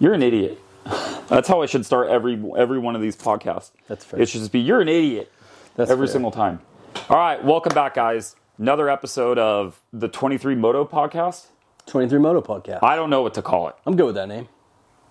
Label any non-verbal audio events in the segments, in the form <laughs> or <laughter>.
You're an idiot. That's how I should start every every one of these podcasts. That's fair. It should just be you're an idiot That's every fair. single time. All right, welcome back, guys. Another episode of the 23 Moto podcast. 23 Moto podcast. I, I don't know what to call it, am good with that name.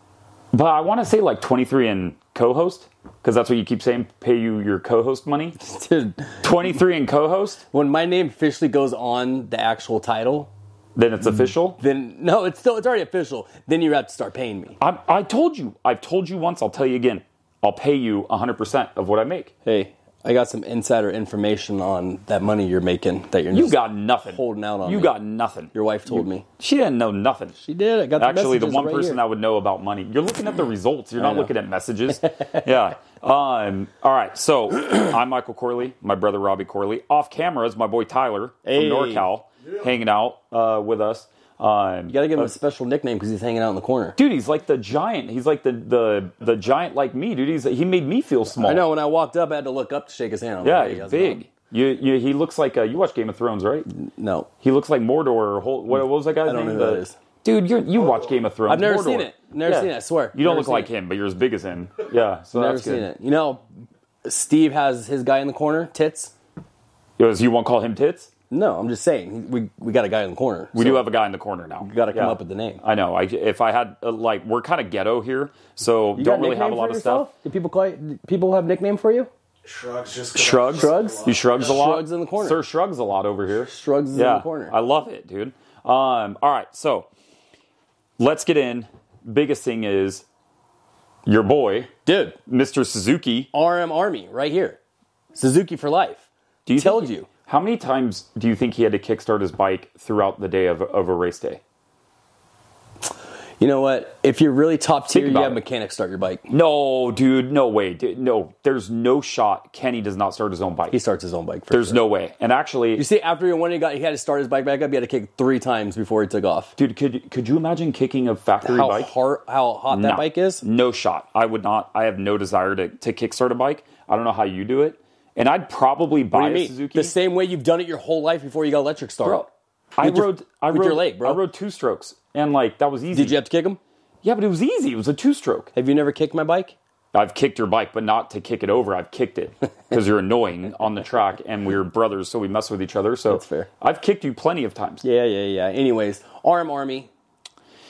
<laughs> but I want to say like 23 and co-host because that's what you keep saying. Pay you your co-host money. Dude, 23 and co-host. when my name officially goes on the actual title, Then it's official. then no, it's still it's already official. Then you have to start paying me. I, I told you. I've told you once. I'll tell you again. I'll pay you 100% of what I make. Hey, I got some insider information on that money you're making that you're You just- got nothing. holding out on You me. got nothing. your wife told me. She didn't know nothing. She did. I got the Actually, the messages one right person here. that would know about money. You're looking <laughs> at the results. You're not know. looking at <laughs> messages. yeah. Um, all right. So <clears throat> I'm Michael Corley. My brother Robbie Corley. Off camera is my boy Tyler Hey. from NorCal, hanging out uh, with us. Um, You gotta give him a special nickname because he's hanging out in the corner. dude, he's like the giant. He's like the the the giant like me, dude. He's he made me feel small. I know. When I walked up, I had to look up to shake his hand. I'm Yeah, like, "Hey, he's how's it going?" big. You, you, he looks like uh, you watch Game of Thrones, right? No, He looks like Mordor. Or Hol- what, what was that guy's don't name? know who The- that is. Dude, you're, you watch Game of Thrones. I've never Mordor. seen it. Never seen it, I swear. You don't Never look seen like it. him, but you're as big as <laughs> him. Yeah, so never that's seen good. it. You know, Steve has his guy in the corner. Tits. It was- you won't call him tits? No, I'm just saying we we got a guy in the corner. We do have a guy in the corner now. You gotta come up with the name. I know. I, if I had uh, like, we're kind of ghetto here, so don't really have a lot of stuff. Do people call you, do people have nickname for you? Shrugs just Shrugs. Shrugs? He shrugs a lot. Shrugs in the corner. Sir shrugs a lot over here. Shrugs is yeah, in the corner. I love it, dude. Um, all right, so let's get in. Biggest thing is your boy, Dude, Mr. Suzuki. RM Army right here. Suzuki for life. Do you Told think- you. How many times do you think he had to kickstart his bike throughout the day of, of a race day? You know what? If you're really top tier, you about have it. mechanics start your bike. No, dude, no way. Dude, no, there's no shot Kenny does not start his own bike. He starts his own bike. For there's sure. no way. And actually, You see, after he won, he got he had to start his bike back up. He had to kick three times before he took off. dude, could could you imagine kicking a factory How bike? hard, how hot that No. bike is. No shot. I would not. I have no desire to, to kickstart a bike. I don't know how you do it. And I'd probably buy What do you a mean? Suzuki. The same way you've done it your whole life before you got electric start. Bro, I With your- rode. I with rode. your leg, bro. I rode two strokes, and like that was easy. Did you have to kick him? Yeah, but it was easy. It was a two stroke. Have you never kicked my bike? I've kicked your bike, but not to kick it over. I've kicked it <laughs> because you're annoying on the track, and we're brothers, so we mess with each other. So That's fair. I've kicked you plenty of times. Yeah, yeah, yeah. Anyways, Arm Army.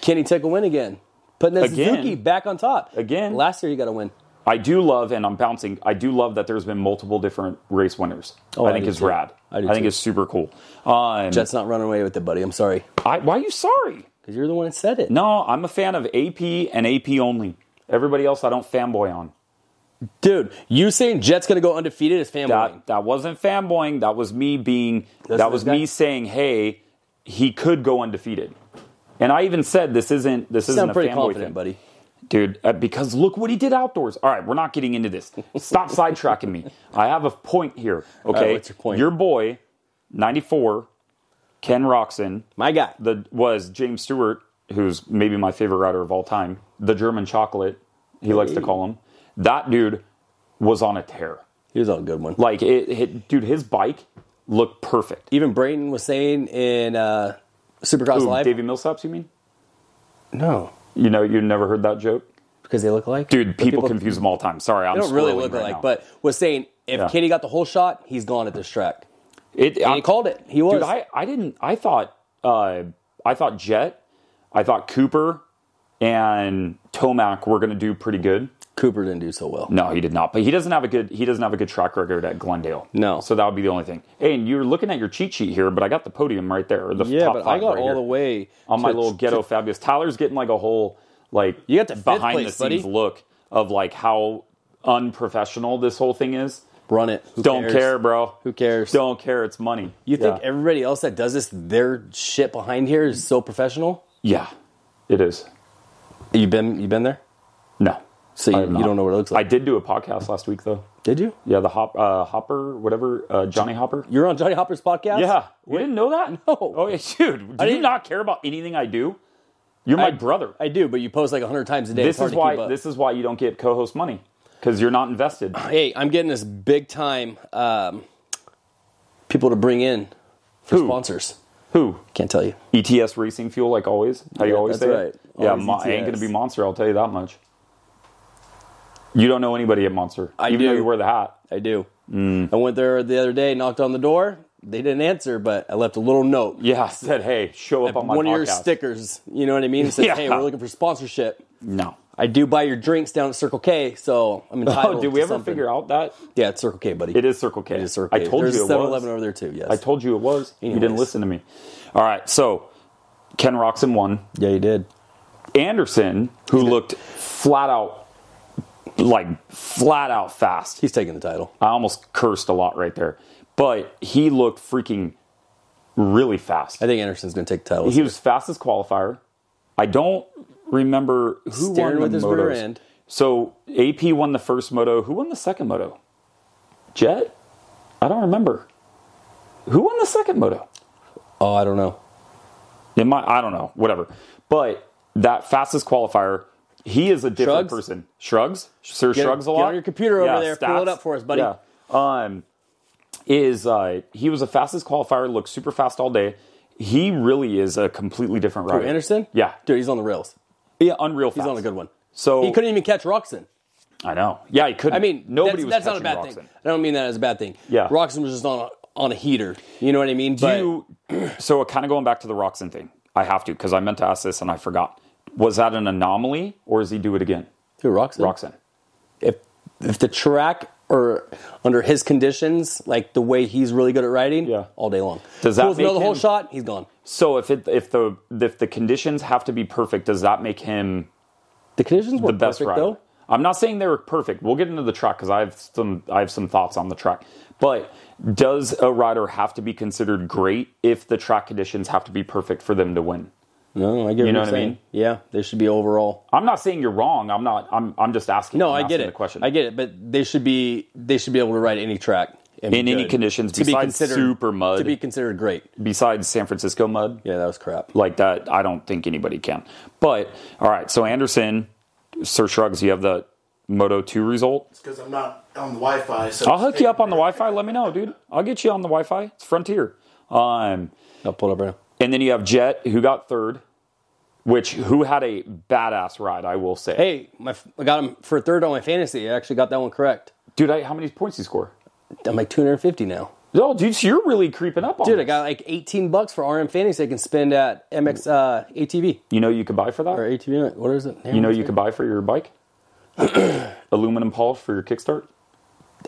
Kenny took a win again. Putting that Again? Suzuki back on top. Again? Last year you got a win. I do love, and I'm bouncing. I do love that there's been multiple different race winners. Oh, I I think do it's too. rad. I do think too. it's super cool. Um, Jets not running away with it, buddy. I'm sorry. I, why are you sorry? Because you're the one that said it. No, I'm a fan of AP and AP only. Everybody else, I don't fanboy on. Dude, you saying Jets gonna go undefeated is fanboying. That that wasn't fanboying. That was me being. this that was guy. me saying, "Hey, he could go undefeated." And I even said, "This isn't. This You isn't sound a pretty fanboy confident, thing. buddy. dude. Uh, because look what he did outdoors. All right, we're not getting into this. Stop sidetracking me. I have a point here. Okay, right, what's your point? Your boy, ninety four, Ken Roxon, My guy. the was James Stewart, who's maybe my favorite rider of all time. The German chocolate, he likes to call him. That dude was on a tear. He was on a good one. Like it, it dude, his bike looked perfect. Even Brayton was saying in uh, Supercross Ooh, Live. Davey Millsaps, you mean? No. You know, you never heard that joke, Because they look alike? dude. But People, confuse them all the time. Sorry, I'm They don't really squirreling look right alike, now. but was saying if Yeah. Kenny got the whole shot, he's gone at this track. it, And he called it. He was. Dude, I, I didn't. I thought uh, I thought Jet, I thought Cooper, and Tomac were going to do pretty good. Cooper didn't do so well. No, he did not. But he doesn't have a good. He doesn't have a good track record at Glendale. No. So that would be the only thing. Hey, and you're looking at your cheat sheet here, but I got the podium right there. or The Yeah, top but I five got right all here the way on my to- little ghetto fabulous. Tyler's getting like a whole like You got the fifth behind place, the scenes buddy. look of like how unprofessional this whole thing is. Run it. Who Don't cares? care, bro. Who cares? Don't care. It's money. You think Yeah. everybody else that does this, their shit behind here is so professional? yeah, it is. You been you been there? No. So you, I have you not. don't know what it looks I like. did do a podcast last week though. Did you? Yeah, the Hop uh, Hopper, whatever uh, Johnny Hopper. You're on Johnny Hopper's podcast? Yeah, we didn't know that. No. Oh, yeah, dude, do you didn't- not care about anything I do? You're my I- brother. I do, but you post like hundred times a day. this It's hard is to why. keep up. This is why you don't get co-host money because you're not <clears throat> invested. Hey, I'm getting this big time um, people to bring in for Who? sponsors. Who? Can't tell you. ETS Racing Fuel, like always. How you Yeah, always that's say right. it. Yeah, Always Mo- I ain't ETS. going to be Monster, I'll tell you that much. You don't know anybody at Monster. I even though do. you wear the hat. I do. Mm. I went there the other day, knocked on the door. They didn't answer, but I left a little note. Yeah, I said, hey, show up on my One podcast. of your stickers, you know what I mean? It <laughs> says, Yeah. hey, we're looking for sponsorship. No. I do buy your drinks down at Circle K, so I'm entitled. Oh, did we ever figure out that? Yeah, it's Circle K, buddy. It is Circle K. I Circle K. told There's you it a 7-Eleven was. over there too. Yes. I told you it was. You didn't Anyways. listen to me. All right, so Ken Roxon won. yeah, you did. Anderson, who looked flat out, like flat out fast. He's taking the title. I almost cursed a lot right there, but he looked freaking really fast. I think Anderson's going to take the title. He was fastest qualifier. I don't remember who Staring won with the his rear motos. end. So AP won the first moto. Who won the second moto? Jet? I don't remember. Who won the second moto? oh, I don't know. It might, I don't know, whatever. But that fastest qualifier, he is a different Shrugs? person. Shrugs, Sir Get- Shrugs a get lot. on your computer over there, pull stats. it up for us, buddy. Yeah. Um, is uh, he was the fastest qualifier? Looked super fast all day. He really is a completely different rider. Anderson? Yeah, Dude, he's on the rails. yeah, unreal fast. He's on a good one. So He couldn't even catch Roxon. I know. Yeah, he couldn't. I mean, nobody that's, was that's not a catching bad Roxon. thing. I don't mean that as a bad thing. Yeah. Roxon was just on a, on a heater. You know what I mean? Do you, <clears throat> so kind of going back to the Roxon thing, I have to because I meant to ask this and I forgot. Was that an anomaly or does he do it again? who Roxon? Roxon. If if the track or under his conditions, like the way he's really good at riding, Yeah. all day long. Does that Pulls another make whole him- shot? He's gone. So if it if the if the conditions have to be perfect, does that make him The conditions were the best perfect rider? though. I'm not saying they were perfect. We'll get into the track because I have some I have some thoughts on the track. But does a rider have to be considered great if the track conditions have to be perfect for them to win? No, I get you know you're what I saying. mean? Yeah, they should be overall. I'm not saying you're wrong. I'm not. I'm I'm just asking. No, I'm I get asking it. The question. I get it, but they should be they should be able to ride any track and be In any good. conditions to be besides considered super mud, to be considered great. besides San Francisco mud, Yeah, that was crap. like that i don't think anybody can but all right so anderson sir shrugs you have the moto 2 result because I'm not on the Wi-Fi. So i'll hook you up on the wi-fi let me know dude i'll get you on the wi-fi it's frontier um I'll pull it up right now. and then you have jet who got third which who had a badass ride i will say Hey, my, I got him for third on my fantasy. I actually got that one correct. dude I, how many points you score I'm like 250 now. oh dude so you're really creeping up on Dude, I this. got like 18 bucks for RM fantasy I can spend at MX uh, ATV you know you could buy for that or ATV. What is it? you know you could buy for your bike <clears throat> aluminum polish for your kickstart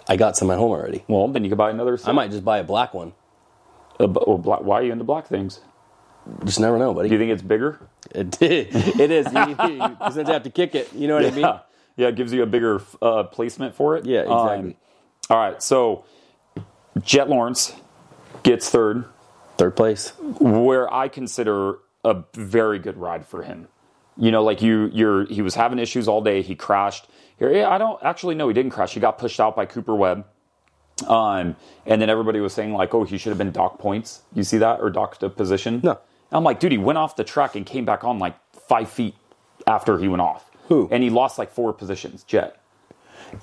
I got some at home already. well then you could buy another I might just buy a black one. a bu- well, black, why are you into black things Just never know, <laughs> buddy. do you think it's bigger It, it is. You, you, you since I have to kick it. You know what I mean? <laughs> Yeah, yeah, it gives you a bigger uh, placement for it. Um, Yeah, exactly. all right, so Jet Lawrence gets third, Third place. where I consider a very good ride for him. You know, like you, you're he was having issues all day. He crashed. Here, yeah, I don't actually know. He didn't crash. He got pushed out by Cooper Webb. Um, and then everybody was saying like, oh, he should have been docked points. You see that or docked a position? No. I'm like, dude, he went off the track and came back on like five feet after he went off. Who? And he lost like four positions. Jet.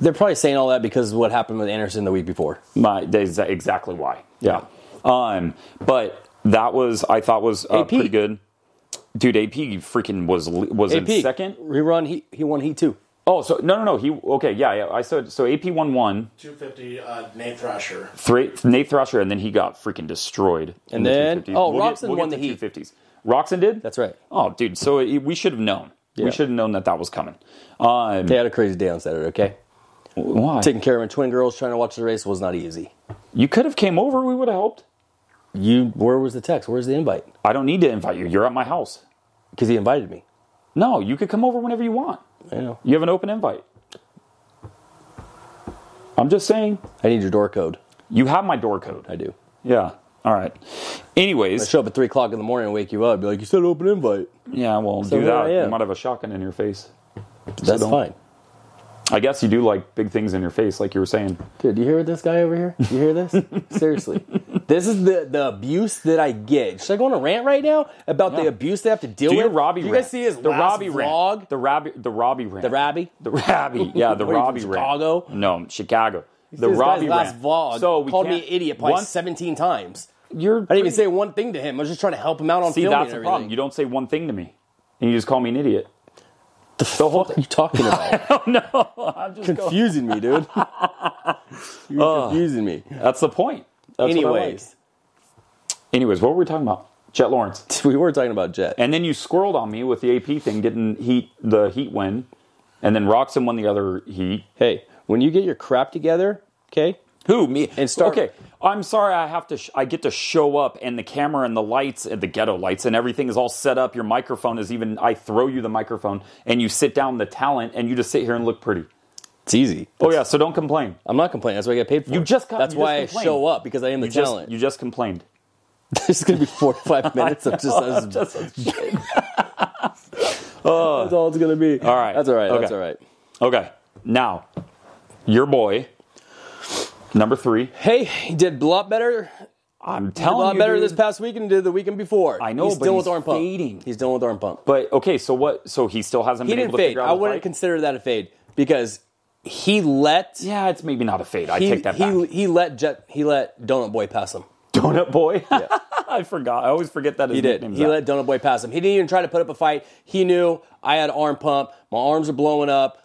They're probably saying all that because of what happened with Anderson the week before. My that's exactly why. Yeah. Um, but that was I thought was uh, AP. pretty good. Dude, AP freaking was was in AP second. rerun. He he won heat two. Oh, so no, no, no. He okay, yeah, yeah. I said so. AP won one, 250 uh, Nate Thrasher. three, Nate Thrasher, and then he got freaking destroyed. in the then- 250s. oh, get- Roxon get won to the heat. 250s. Roxon did. That's right. Oh, dude. So it, we should have known. Yeah. We should have known that that was coming. Um, They had a crazy day on Saturday. Okay, why? taking care of my twin girls, trying to watch the race was not easy. You could have came over. We would have helped. You, where was the text? Where's the invite? I don't need to invite you. You're at my house. Because he invited me. No, you could come over whenever you want. I know. You have an open invite. I'm just saying. I need your door code. You have my door I code. do. Yeah. All right. I Anyways, show up at three o'clock in the morning and wake you up. Be like, you said open invite. yeah, well, do here that. I am. You might have a shotgun in your face. That's don't- fine. I guess you do like big things in your face, like you were saying. Dude, do you hear this guy over here? You <laughs> hear this? Seriously, this is the, the abuse that I get. Should I go on a rant right now about the Yeah. abuse they have to deal Do with? your Robbie you rant. guys see his the last Robbie vlog? rant. The Robbie. The Robbie rant. The Robbie? The Robbie. Yeah, <laughs> the What are Robbie you from, rant. Chicago? No, Chicago. The this Robbie guy's rant. last vlog So we called can't- me an idiot probably once- seventeen times. You're. I didn't even say one thing to him. I was just trying to help him out on See, film that's and the everything. problem. You don't say one thing to me. and you just call me an idiot. The, fuck are <laughs> you talking about? I'm just going- confusing me, <laughs> dude. You're confusing me. That's the point. That's what I like. Anyways, Anyways, what were we talking about? Chet Lawrence. <laughs> we were talking about Jet. And then you squirreled on me with the AP thing, getting heat the heat win, and then Roxon won the other heat. Hey, when you get your crap together, okay? Who me And start- Okay, I'm sorry. I have to. Sh- I get to show up, and the camera and the lights and the ghetto lights and everything is all set up. Your microphone is even. I throw you the microphone, and you sit down the talent, and you just sit here and look pretty. It's easy. Oh yeah, so don't complain. I'm not complaining. That's why I get paid for. You it. just got- That's you just why I complained. show up because I am the You just talent. you just complained. <laughs> this is gonna <laughs> be 45 minutes of just us. that's all it's gonna be. All right. That's all right. That's Okay. all right. Okay, now your boy number three. Hey, he did a lot better. I'm A telling lot you, better dude. this past weekend than he did the weekend before. I know, He's but still he's with arm pump. fading. He's done with arm pump. But okay, so what? So he still hasn't he been didn't able to fade. figure out. I his wouldn't bike? consider that a fade because he let Yeah, it's maybe not a fade. I he, take that he, back. he let Jet he let Donut Boy pass him. <laughs> Donut boy. <laughs> I forgot. I always forget that his He did. nickname's He that. let Donut Boy pass him. He didn't even try to put up a fight. He knew I had arm pump. My arms are blowing up.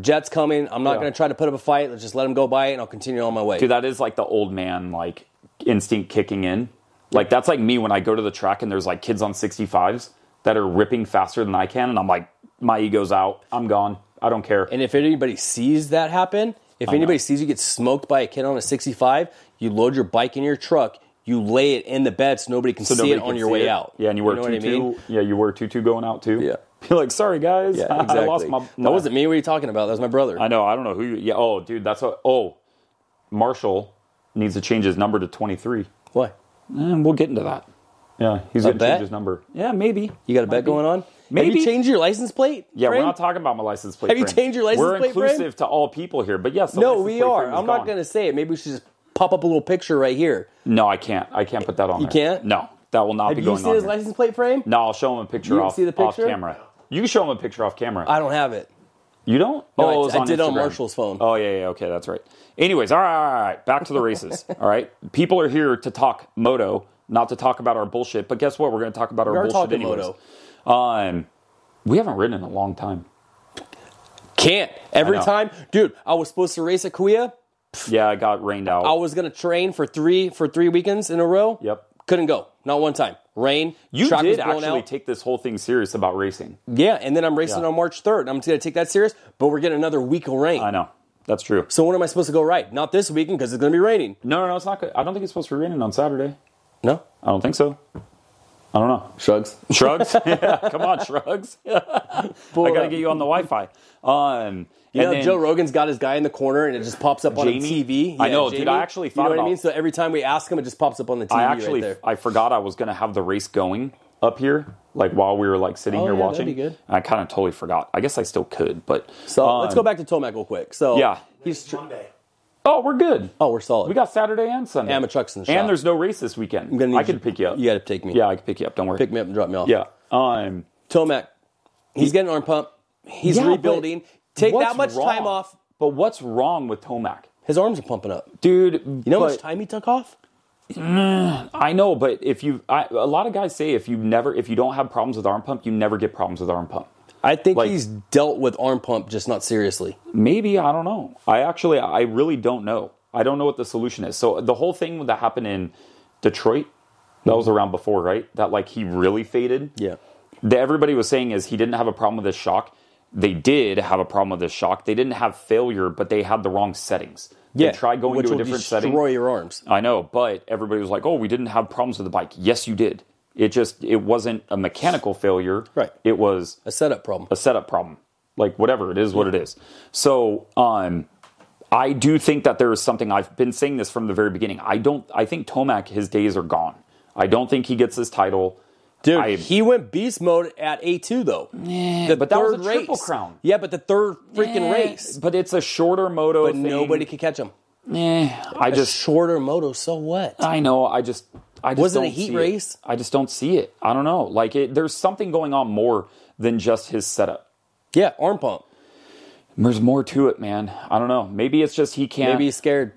Jet's coming. I'm not Yeah. going to try to put up a fight. Let's just let him go by it, and I'll continue on my way. Dude, that is like the old man like instinct kicking in. Like that's like me when I go to the track and there's like kids on 65s that are ripping faster than I can and I'm like my ego's out. I'm gone. I don't care. and if anybody sees that happen, if anybody sees you get smoked by a kid on a 65, you load your bike in your truck. You lay it in the bed so nobody can see nobody it on can your see way it. out. Yeah, and you wear know tutu. what I mean? Yeah, you wear tutu going out too. Yeah. <laughs> You're like, sorry guys. <laughs> Yeah, I- <laughs> exactly. I lost my, my That wasn't me. What are you talking about? That was my brother. I know, I don't know who you yeah, oh dude, that's what oh Marshall needs to change his number to twenty three. Why? And Eh, we'll get into that. Yeah, he's gonna bet? change his number. Yeah, maybe. You got a bet be. going on? Have Maybe. you changed your license plate? Yeah, Frank? we're not talking about my license plate. Have you frame. changed your license We're plate frame? inclusive to all people here, but yes. the No, license we plate are. frame is I'm not gone. going to say it. Maybe we should just pop up a little picture right here. No, I can't. I can't put that on. You there. can't? No, that will not Have be you going seen on. his there. license plate frame? No, I'll show him a picture You didn't off see the picture? off camera. You can show him a picture off camera. I don't have it. you don't? No, I- oh, it was I did it on Instagram. Marshall's phone. Oh yeah, yeah. Okay, that's right. Anyways, all right, all right, all right. Back to the <laughs> races. all right, people are here to talk moto, not to talk about our bullshit. But guess what? We're going to talk about our are bullshit talking anyways. moto. Um, we haven't ridden in a long time. Can't. Every I know. time, dude. I was supposed to race at Kuya. Yeah, I got rained out. I was going to train for three for three weekends in a row. Yep. Couldn't go. Not one time. Rain. You track was did blown actually out. take this whole thing serious about racing. yeah, and then I'm racing Yeah. on March 3rd. I'm just going to take that serious, but we're getting another week of rain. I know. That's true. So when am I supposed to go right? Not this weekend because it's going to be raining. No, no, no, it's not good. I don't think it's supposed to be raining on Saturday. No. I don't think so. I don't know. Shrugs. Shrugs? <laughs> yeah, come on, Shrugs. I it got to up. get you on the Wi Fi. Um, and You know, then- Joe Rogan's got his guy in the corner, and it just pops up on the Jamie? TV. I know, dude, I actually thought You know what about- I mean? So every time we ask him, it just pops up on the TV I actually, right there. I forgot I was going to have the race going up here, like while we were like sitting Oh, here yeah, that'd watching. be good. I kind of totally forgot. I guess I still could, but. So let's um, go back to Tomac real quick. So Yeah. he's tr- Monday. Oh, we're good. oh, we're solid. We got Saturday and Sunday. And my truck's in the shop. And there's no race this weekend. I'm gonna need I could pick you up. You got to take me. Yeah, I could pick you up. Don't worry. pick me up and drop me off. Yeah. Um, Tomac, he's getting arm pump. He's Yeah, but rebuilding. Take what's that much time wrong? off. But what's wrong with Tomac? His arms are pumping up. Dude, You know how much time he took off? I know, but if you I, a lot of guys say if you never if you don't have problems with arm pump, you never get problems with arm pump. I think Like- he's dealt with arm pump, just not seriously. Maybe, I don't know. I actually I really don't know. I don't know what the solution is. So the whole thing that happened in Detroit, that was around before, right? That like he really faded. Yeah. that everybody was saying is he didn't have a problem with his shock. They did have a problem with his shock. They didn't have failure, but they had the wrong settings. Yeah. They tried going Which to a will different destroy setting. your arms. I know, but everybody was like, "Oh, we didn't have problems with the bike." Yes, you did. It just it wasn't a mechanical failure. Right. It was A setup problem. a setup problem. Like whatever it is, what it is. So, um, I do think that there is something. I've been saying this from the very beginning. I don't. I think Tomac his days are gone. I don't think he gets his title. Dude, I- he went beast mode at A2 though. Yeah, Eh, but that was a triple crown. Yeah, but the third freaking Eh, race. But it's a shorter moto. But thing. nobody could catch him. Eh, I just. Shorter moto, so what? I know. I just. I just Was it a don't heat see race? I just don't see it. I don't know. Like it, there's something going on more than just his setup. yeah, arm pump. There's more to it, man. I don't know. Maybe it's just he can't. Maybe he's scared.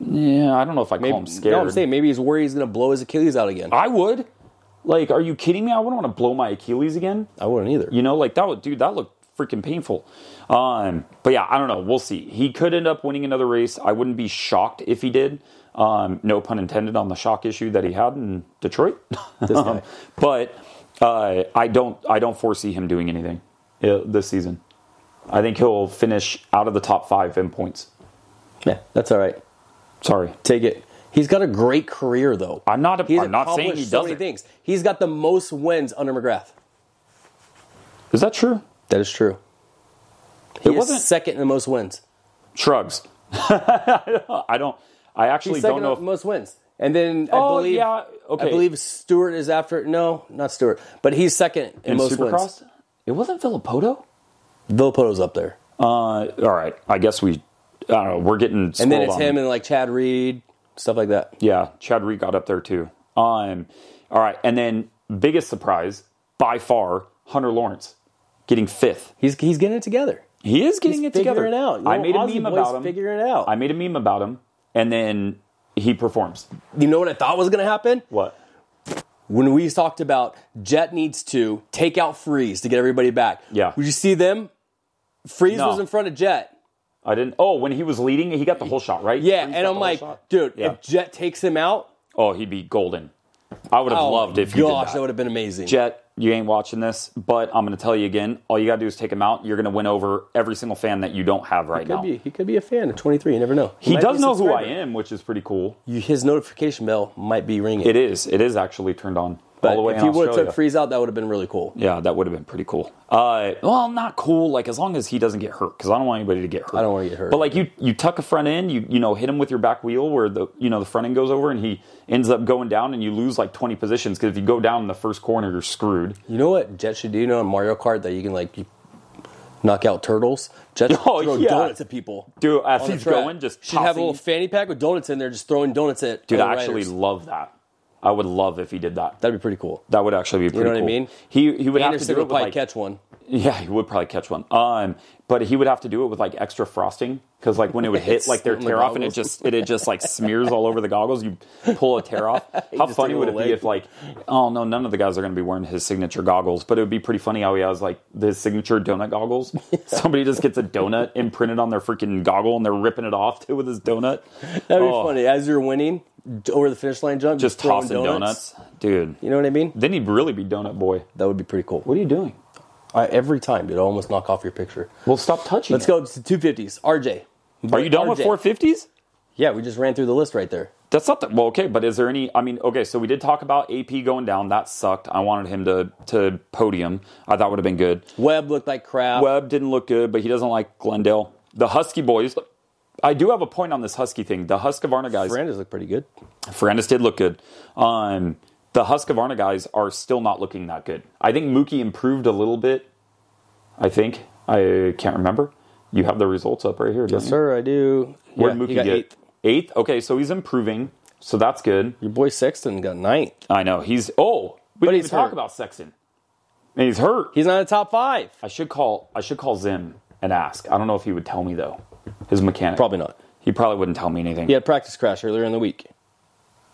Yeah, I don't know if I call him No, scared. I'm saying maybe he's worried he's gonna blow his Achilles out again. I would. Like, are you kidding me? I wouldn't want to blow my Achilles again. I wouldn't either. You know, like that would, dude, that looked freaking painful. Um, but yeah, I don't know. We'll see. He could end up winning another race. I wouldn't be shocked if he did. Um, no pun intended on the shock issue that he had in Detroit. <laughs> This guy. <laughs> but uh, I don't, I don't foresee him doing anything uh, this season. I think he'll finish out of the top five in points. yeah, that's all right. Sorry, Take it. He's got a great career though. I'm not. He's I'm not saying accomplished he so many doesn't. things. He's got the most wins under McGrath. Is that true? That is true. He It is wasn't- second in the most wins. Shrugs. <laughs> I don't. I actually He's don't second know. in If, the most wins. And then I Oh, believe yeah, okay. I believe Stewart is after no, not Stewart, but he's second in, in most Supercross, it wasn't Villapoto. wins. Villapoto's up there. Uh, all right. I guess we. I don't know. We're getting. And then it's on. him and like Chad Reed, stuff like that. Yeah, Chad Reed got up there too. Um, all right, and then biggest surprise by far, Hunter Lawrence getting fifth. He's he's getting it together. He is getting He's it together. figuring it out. I Little made a Aussie meme boy's about him. figuring it out. I made a meme about him, and then he performs. You know what I thought was going to happen? What? When we talked about Jet needs to take out Freeze to get everybody back. Yeah. Would you see them? Freeze No. was in front of Jet. I didn't. Oh, when he was leading, he got the whole shot, right? Yeah, He got and the I'm whole like, shot. dude, Yeah. if Jet takes him out, oh, he'd be golden. I would have oh loved my if you did gosh, that. that would have been amazing. Jet, you ain't watching this, but I'm going to tell you again. All you got to do is take him out. You're going to win over every single fan that you don't have right could now. be, he could be a fan at 23. You never know. He might does be a know who I subscriber. am, which is pretty cool. You- his notification bell might be ringing. It is. It is actually turned on but all the way if in he would have Australia. took Freeze out, that would have been really cool. yeah, that would have been pretty cool. Uh, well, not cool. Like as long as he doesn't get hurt, because I don't want anybody to get hurt. I don't wanna get hurt. But like you, you tuck a front end. You you know hit him with your back wheel where the you know the front end goes over, and he ends up going down, and you lose like 20 positions because if you go down in the first corner, you're screwed. You know what Jet should do? You know in Mario Kart that you can like you knock out turtles. Jet should <laughs> Oh, throw yeah. donuts at people. Dude, as on the he's track. going, just should have a tossing- little fanny pack with donuts in there, just throwing donuts at. Dude, other I actually riders. love that. I would love if he did that. that'd be pretty cool. That would actually be pretty know what I cool. mean? He he would have to Anderson do it would with probably like catch one. Yeah, he would probably catch one. Um, but he would have to do it with like extra frosting because like when <laughs> it would hit It's like their on the tear off and it goggles. just it, it just like smears all over the goggles. You pull a tear <laughs> off. How just funny take a would it little be leg. if like oh no, none of the guys are going to be wearing his signature goggles, but it would be pretty funny how he has like his signature donut <laughs> goggles. Somebody just gets a donut imprinted on their freaking goggle and they're ripping it off too with his donut. <laughs> That'd be Oh, funny. As you're winning d- over the finish line jump, Just throwing tossing donuts. dude. You know what I mean? Then he'd really be donut boy. That would be pretty cool. What are you doing? I, every time, dude, I almost knock off your picture. Well, stop touching. Let's go to 250s. RJ. Are you done with RJ. four fifties? Yeah, we just ran through the list right there. That's not the, well, okay, but is there any? I mean, okay, so we did talk about AP going down. That sucked. I wanted him to to podium. I thought would have been good. Webb looked like crap. Webb didn't look good, but he doesn't like Glendale. The Husky boys. I do have a point on this Husky thing. The Husqvarna guys. Brandis looked pretty good. Ferrandis did look good. Um, the Husqvarna guys are still not looking that good. I think Mookie improved a little bit. I think I can't remember. You have the results up right here. Yes, Sir, I do. Where'd Yeah, he Mookie got get? eighth. Eighth? Okay, so he's improving. So that's good. Your boy Sexton got ninth. I know he's oh, we didn't he's even talk hurt. about Sexton. And he's hurt. He's not in the top five. I should call. I should call Zim and ask. I don't know if he would tell me though. His mechanic Probably not. He probably wouldn't tell me anything. He had practice crash earlier in the week.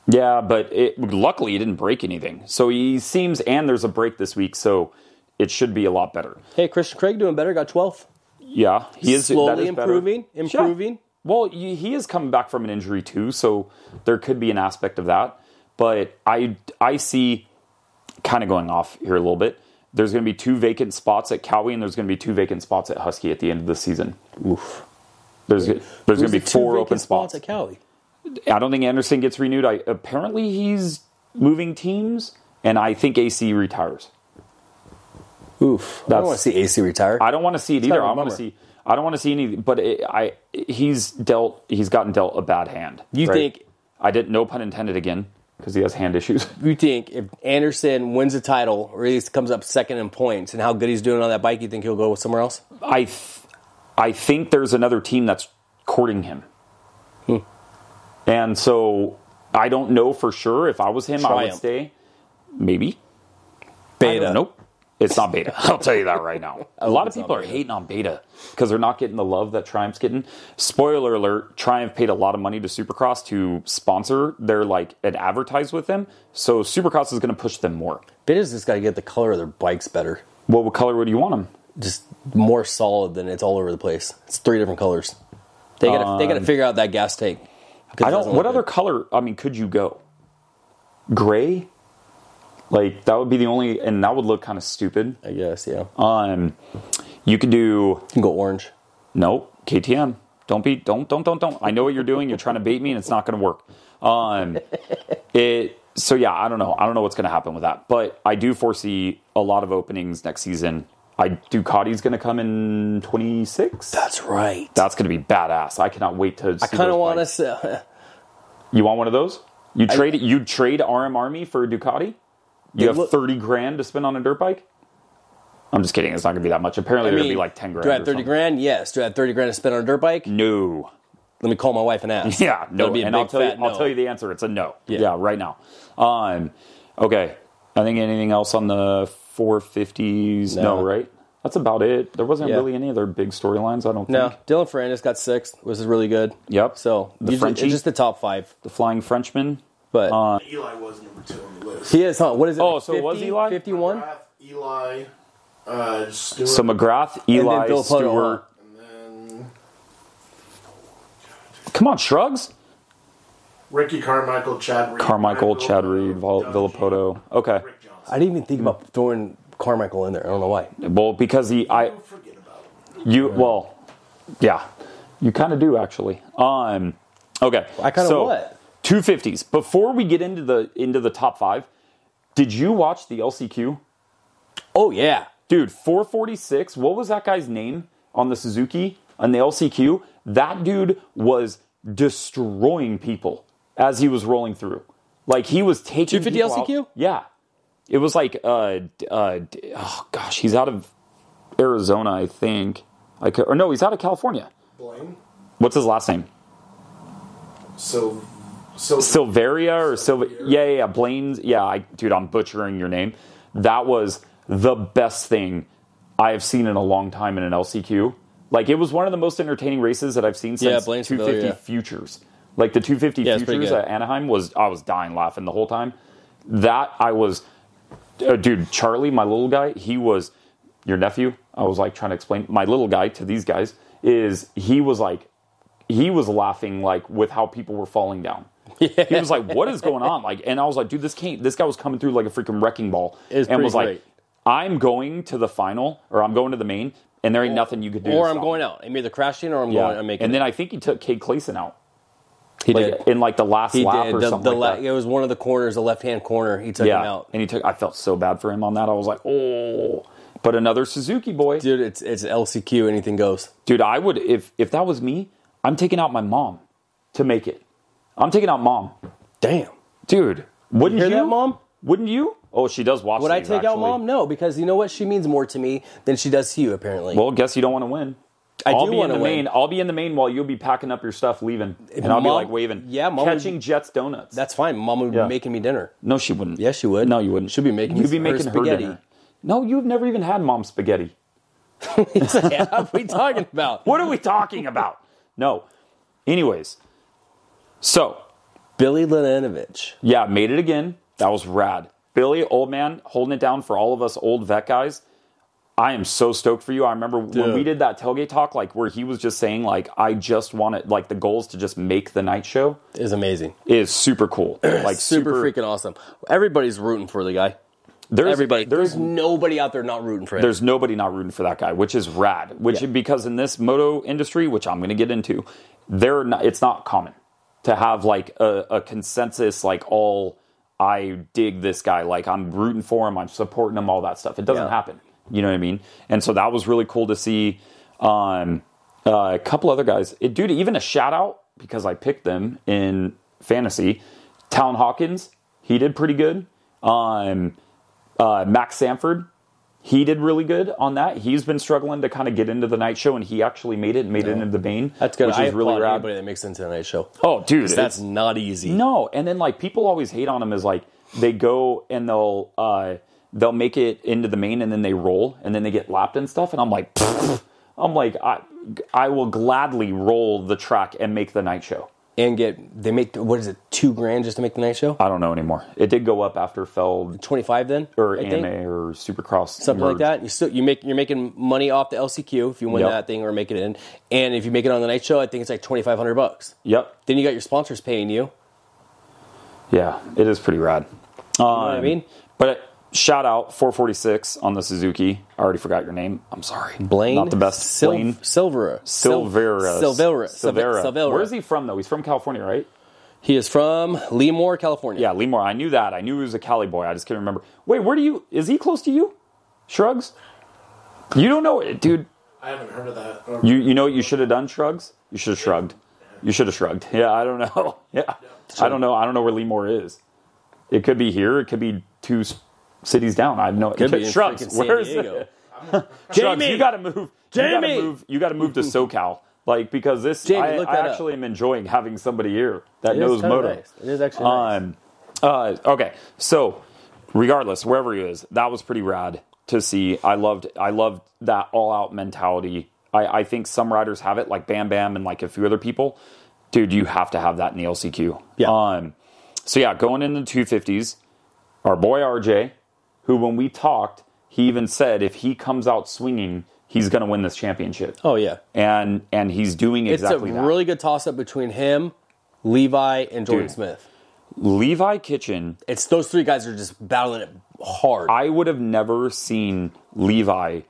Yeah, but it, luckily he didn't break anything. So he seems and there's a break this week, so it should be a lot better. Hey, Christian Craig doing better. Got 12th. Yeah, he is that Slowly is better. improving, Yeah. improving. Well, y- he is coming back from an injury too, so there could be an aspect of that. But I I see kind of going off here a little bit. There's going to be two vacant spots at Cowie, and there's going to be two vacant spots at Husky at the end of the season. Oof. There's there's going to be four open spots. at Cali. I don't think Anderson gets renewed. I apparently he's moving teams, and I think AC retires. Oof. I don't That's- want to see AC retire. I don't want to see it kind either. of I a want bummer. to see. I don't want to see any. But it, I, he's dealt. He's gotten dealt a bad hand. You think- I didn't. No pun intended again, because he has hand issues. you think if Anderson wins a title or at least comes up second in points and how good he's doing on that bike, you think he'll go somewhere else? I, th- I think there's another team that's courting him, and so I don't know for sure. If I was him, I would Triumph. stay. Maybe. I Beta. don't know. It's not beta. <laughs> I'll tell you that right now. A lot of people are hating on beta because they're not getting the love that Triumph's getting. Spoiler alert: Triumph paid a lot of money to Supercross to sponsor their like and advertise with them. So Supercross is going to push them more. Beta's just got to get the color of their bikes better. What color would you want them? Just more solid than it's all over the place. It's three different colors. They got to they got to figure out that gas tank. Um, 'Cause I it don't. doesn't What look other good. color? I mean, could you go gray? Like that would be the only, and that would look kind of stupid. I guess yeah. Um, you could do You can go orange. Nope, KTM. Don't be. Don't. Don't. Don't. Don't. I know what you're doing. You're trying to bait me, and it's not going to work. Um, it. So yeah, I don't know. I don't know what's going to happen with that, but I do foresee a lot of openings next season. I Ducati's going to come in 26. That's right. That's going to be badass. I cannot wait to. See I Kind of want <laughs> to sell. You want one of those? You trade. you trade RM Army for a Ducati. You have look- 30 grand to spend on a dirt bike. I'm just kidding. It's not going to be that much. Apparently, I there'd mean, be like 10 grand. Do I have or 30 something. Mm. grand? Yes. Do I have 30 grand to spend on a dirt bike? <laughs> No. Let me call my wife and <laughs> ask. Yeah, no, That'd be a and big I'll tell you, fat no. I'll tell you the answer. It's a no. Yeah. Yeah, right now. Um, okay. I think anything else on the 450s? No, No. right? That's about it. There wasn't Yeah. really any other big storylines. I don't No, think. Dylan Ferrandis got sixth, which is really good. Yep. So The usually- Frenchie? it's just the top five. The Flying Frenchman. But Uh, Eli was number two on the list. he is, huh? What is it? Oh, so it was Eli? 51? McGrath, Eli, uh, Stewart, So McGrath, Eli, Bill Puddle, Stewart. and then Come on, Shrugs. Ricky Carmichael, Chad Reed, Carmichael, Michael, Chad Reed, Val- Doug Villapoto. Okay. Rick Johnson. I didn't even think about throwing Carmichael in there. I don't know why. Well, because he, I, Don't forget about him. you, well, yeah, you kind of do actually. Um, okay. I kinda so, what? Two fifties. Before we get into the into the top five, did you watch the LCQ? Oh, yeah. Dude, 446. What was that guy's name on the Suzuki on the LCQ? That dude was destroying people as he was rolling through. Like he was taking 250 people LCQ? out- Yeah. It was like uh d- uh d- oh gosh, he's out of Arizona, I think. I could, or no, he's out of California. Blaine, What's his last name? so, so, Silveria or Silva. Yeah, yeah, yeah. Blaine's. Yeah, I, dude, I'm butchering your name. That was the best thing I have seen in a long time in an LCQ. Like, it was one of the most entertaining races that I've seen Yeah, since Blaine's 250 Silveria. Futures. Like, the 250 Yeah, it's pretty Futures good. at Anaheim was, I was dying laughing the whole time. That, I was, uh, dude, Charlie, my little guy, he was your nephew. I was like trying to explain my little guy to these guys is he was like, he was laughing like with how people were falling <laughs> down. He was like, "What is going on?" Like, and I was like, "Dude, this came. This guy was coming through like a freaking wrecking ball, It was and pretty was like, great. I'm going to the final, or I'm going to the main, and there ain't nothing you could do. to Or I'm stop going me." out. I'm either crashing or I'm Yeah. going, I'm making and it. then I think he took Cade Clayson out. He Like, in like the last He lap did. or The, something the like la- that. It was one of the corners, the left hand corner. He took yeah, him out. and he took. I felt so bad for him on that. I was like, "Oh," but another Suzuki boy, dude. Dude, it's, it's LCQ. Anything goes. I would if if that was me, I'm taking out my mom to make it. I'm taking out mom, Damn. dude. Wouldn't hear you, that, Mom? Wouldn't you? Oh, she does watch. Would I these, take out actually. mom? No, because you know what? She means more to me than she does to you, apparently. Well, guess you don't want to win. I will do be in wanna the win. main. I'll be in the main while you'll be packing up your stuff, leaving, and I'll be Mom- like waving. yeah, Mom would- catching Jets donuts. That's fine. Mom would Yeah. be making me dinner. <laughs> no, she wouldn't. Yes, she would. No, you wouldn't. She'd be making You'd be her making spaghetti. Her dinner. No, you've never even had mom spaghetti. It's like, <laughs> <laughs> what are we talking about? What are we talking about? No. Anyways, so Billy Lenanovich. yeah, made it again. That was rad. Billy, old man, holding it down for all of us old vet guys. I am so stoked for you. I remember when Dude. we did that tailgate talk, like where he was just saying, like, I just wanted, like, the goal is to just make the night show. is amazing. is super <clears throat> cool. Like Super, super, freaking awesome. Everybody's rooting for the guy. There's, Everybody. There's, There's nobody out there not rooting for him. there's nobody not rooting for that guy, which is rad. Which Yeah. because in this moto industry, which I'm going to get into, they're not, it's not common to have like a, a consensus like all I dig this guy, like I'm rooting for him, I'm supporting him, all that stuff. It doesn't Yeah. happen. You know what I mean? And so that was really cool to see. Um, uh, a couple other guys, it, dude. Even a shout out because I picked them in fantasy. Talon Hawkins, he did pretty good. Um, uh, Max Sanford, he did really good on that. He's been struggling to kind of get into the night show, and he actually made it and made it into the main. That's good. Which I is really applaud rad. anybody that makes it into the night show. Oh, dude, That's it's- not easy. no, and then like people always hate on him is like they go and they'll uh they'll make it into the main and then they roll and then they get lapped and stuff. And I'm like, I'm like, I, I will gladly roll the track and make the night show. and get they make what is it two grand just to make the night show? I don't know anymore. It did go up after Feld Twenty five then or I think? AMA or Supercross. something like that. You still you make you're making money off the LCQ if you win Yep. that thing or make it in, and if you make it on the night show, I think it's like twenty five hundred bucks. Yep. Then you got your sponsors paying you. You Yeah, it is pretty rad. know what I Um, mean? But shout out 446 on the Suzuki. I already forgot your name. I'm sorry. Blaine, Not the best. Sil- Blaine Silvera, Sil- Silvera. Silvera, Silvera. Silvera, Silvera. Where is he from, though? He's from California, right? He is from Lemoore, California. Yeah, Lemore. I knew that. I knew he was a Cali boy. I just couldn't remember. Wait, where do you. Is he close to you? Shrugs? You don't know it, dude. I haven't heard of that. You, you know what you should have done, Shrugs? You should have shrugged. You should have shrugged. <laughs> Yeah, I don't know. Yeah. I don't know. I don't know where Lemore is. It could be here. It could be two s- cities down. I have no Could be in <laughs> freaking Shrugs, San where is Diego. it? Shrugs, Jamie! you gotta move. You gotta Jamie! move. You gotta move to SoCal, like because this. Jamie, I, look I that up. actually am enjoying having somebody here that It is knows kinda moto. nice. It is actually nice. Um, uh, okay, so regardless, wherever he is, that was pretty rad to see. I loved, I loved that all-out mentality. I, I think some riders have it, like Bam Bam and like a few other people. Dude, you have to have that in the LCQ. Yeah. Um, so yeah, going into the 250s, our boy RJ, who when we talked, he even said if he comes out swinging, he's going to win this championship. Oh yeah, And and he's doing it's exactly a that. really good toss up between him, Levi, and Jordan Dude. Smith. Levi Kitchen It's those three guys are just battling it hard. I would have never seen Levi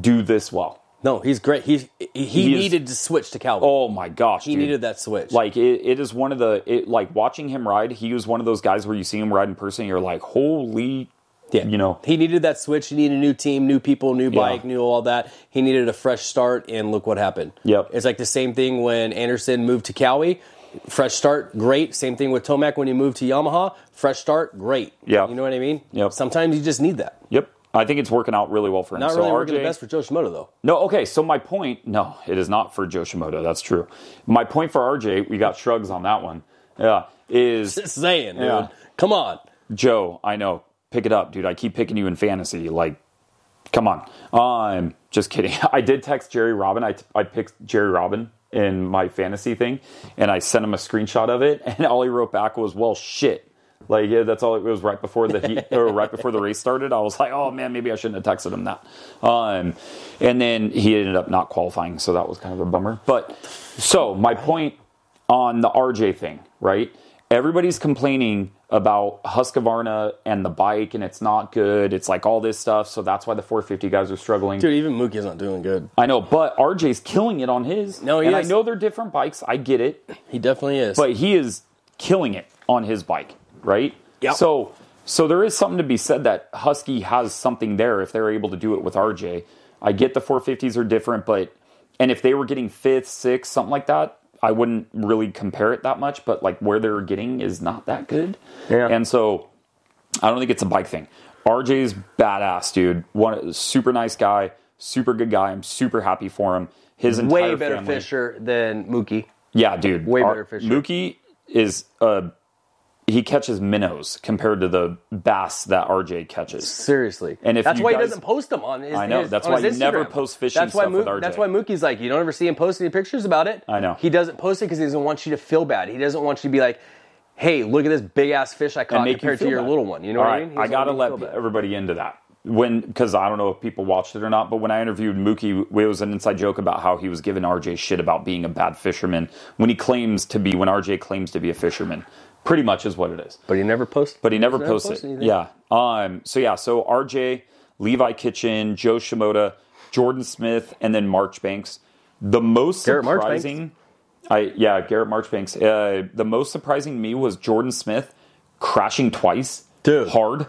do this well. no, he's great. He's, he he is- needed to switch to Calvin. Oh my gosh. he needed that switch. Like it, it is one of the it, like watching him ride. He was one of those guys where you see him ride in person, you're like, holy, Yeah. you know. he needed that switch. He needed a new team, new people, new bike, new all that. He needed a fresh start, and look what happened. Yep. It's like the same thing when Anderson moved to Cowie. Fresh start, great. Same thing with Tomac when he moved to Yamaha. Fresh start, great. Yeah. You know what I mean? Yep. Sometimes you just need that. Yep. I think it's working out really well for him. Not so really RJ, working the best for Joe Shimoda, though. <laughs> No, okay. So my point, no, it is not for Joe Shimoda. That's true. My point for RJ, we got shrugs on that one. Yeah, <laughs> is Just saying, dude. Yeah. Come on. Joe, I know. Pick it up, dude. I keep picking you in fantasy. Like, come on. Um, just kidding. <laughs> I did text Jerry Robin. I, I picked Jerry Robin in my fantasy thing, and I sent him a screenshot of it, <laughs> and all he wrote back was, "Well, shit." Like, yeah, that's all. It was right before the heat, or right before the race started. I was like, "Oh man, maybe I shouldn't have texted him that." Um, and then he ended up not qualifying, so that was kind of a bummer. But so my point on the RJ thing, right? Everybody's complaining about Husqvarna and the bike, and it's not good. It's like all this stuff, so that's why the 450 guys are struggling. Dude, even Mookie's not doing good. I know, but RJ's killing it on his. No, he and is. I know they're different bikes. I get it, He definitely is. but he is killing it on his bike, right? Yeah. So, so there is something to be said that Husky has something there if they're able to do it with RJ. I get the 450s are different, but and if they were getting fifth, sixth, something like that, I wouldn't really compare it that much. But like where they're getting is not that good. Yeah. And so I don't think it's a bike thing. RJ's badass, dude. One super nice guy, super good guy. I'm super happy for him. His entire way better family. Fisher than Mookie. Yeah, dude. Way better fisher. Mookie is uh he catches minnows compared to the bass that RJ catches. Seriously, And if that's you why he guys- doesn't post them on his. I know, his- that's on why his he never Instagram. posts fishing that's why stuff with Mook- RJ. That's why Mookie's like, you don't ever see him post any pictures about it. I know. he doesn't post it because he doesn't want you to feel bad. He doesn't want you to be like, hey, look at this big ass fish I caught make you compared to feel your bad. little one. You know All what right, I mean? He I doesn't gotta want you let to feel bad. everybody into that when because I don't know if people watched it or not, but when I interviewed Mookie, it was an inside joke about how he was giving RJ shit about being a bad fisherman when he claims to be when RJ claims to be a fisherman. Pretty much is what it is. But he never posts. but he never never posted. posted anything. yeah. Um. So yeah. So RJ, Levi Kitchen, Joe Shimoda, Jordan Smith, and then Marchbanks. The most Garrett Marchbanks. surprising. I yeah, Garrett Marchbanks. Uh, the most surprising to me was Jordan Smith crashing twice, Dude. hard,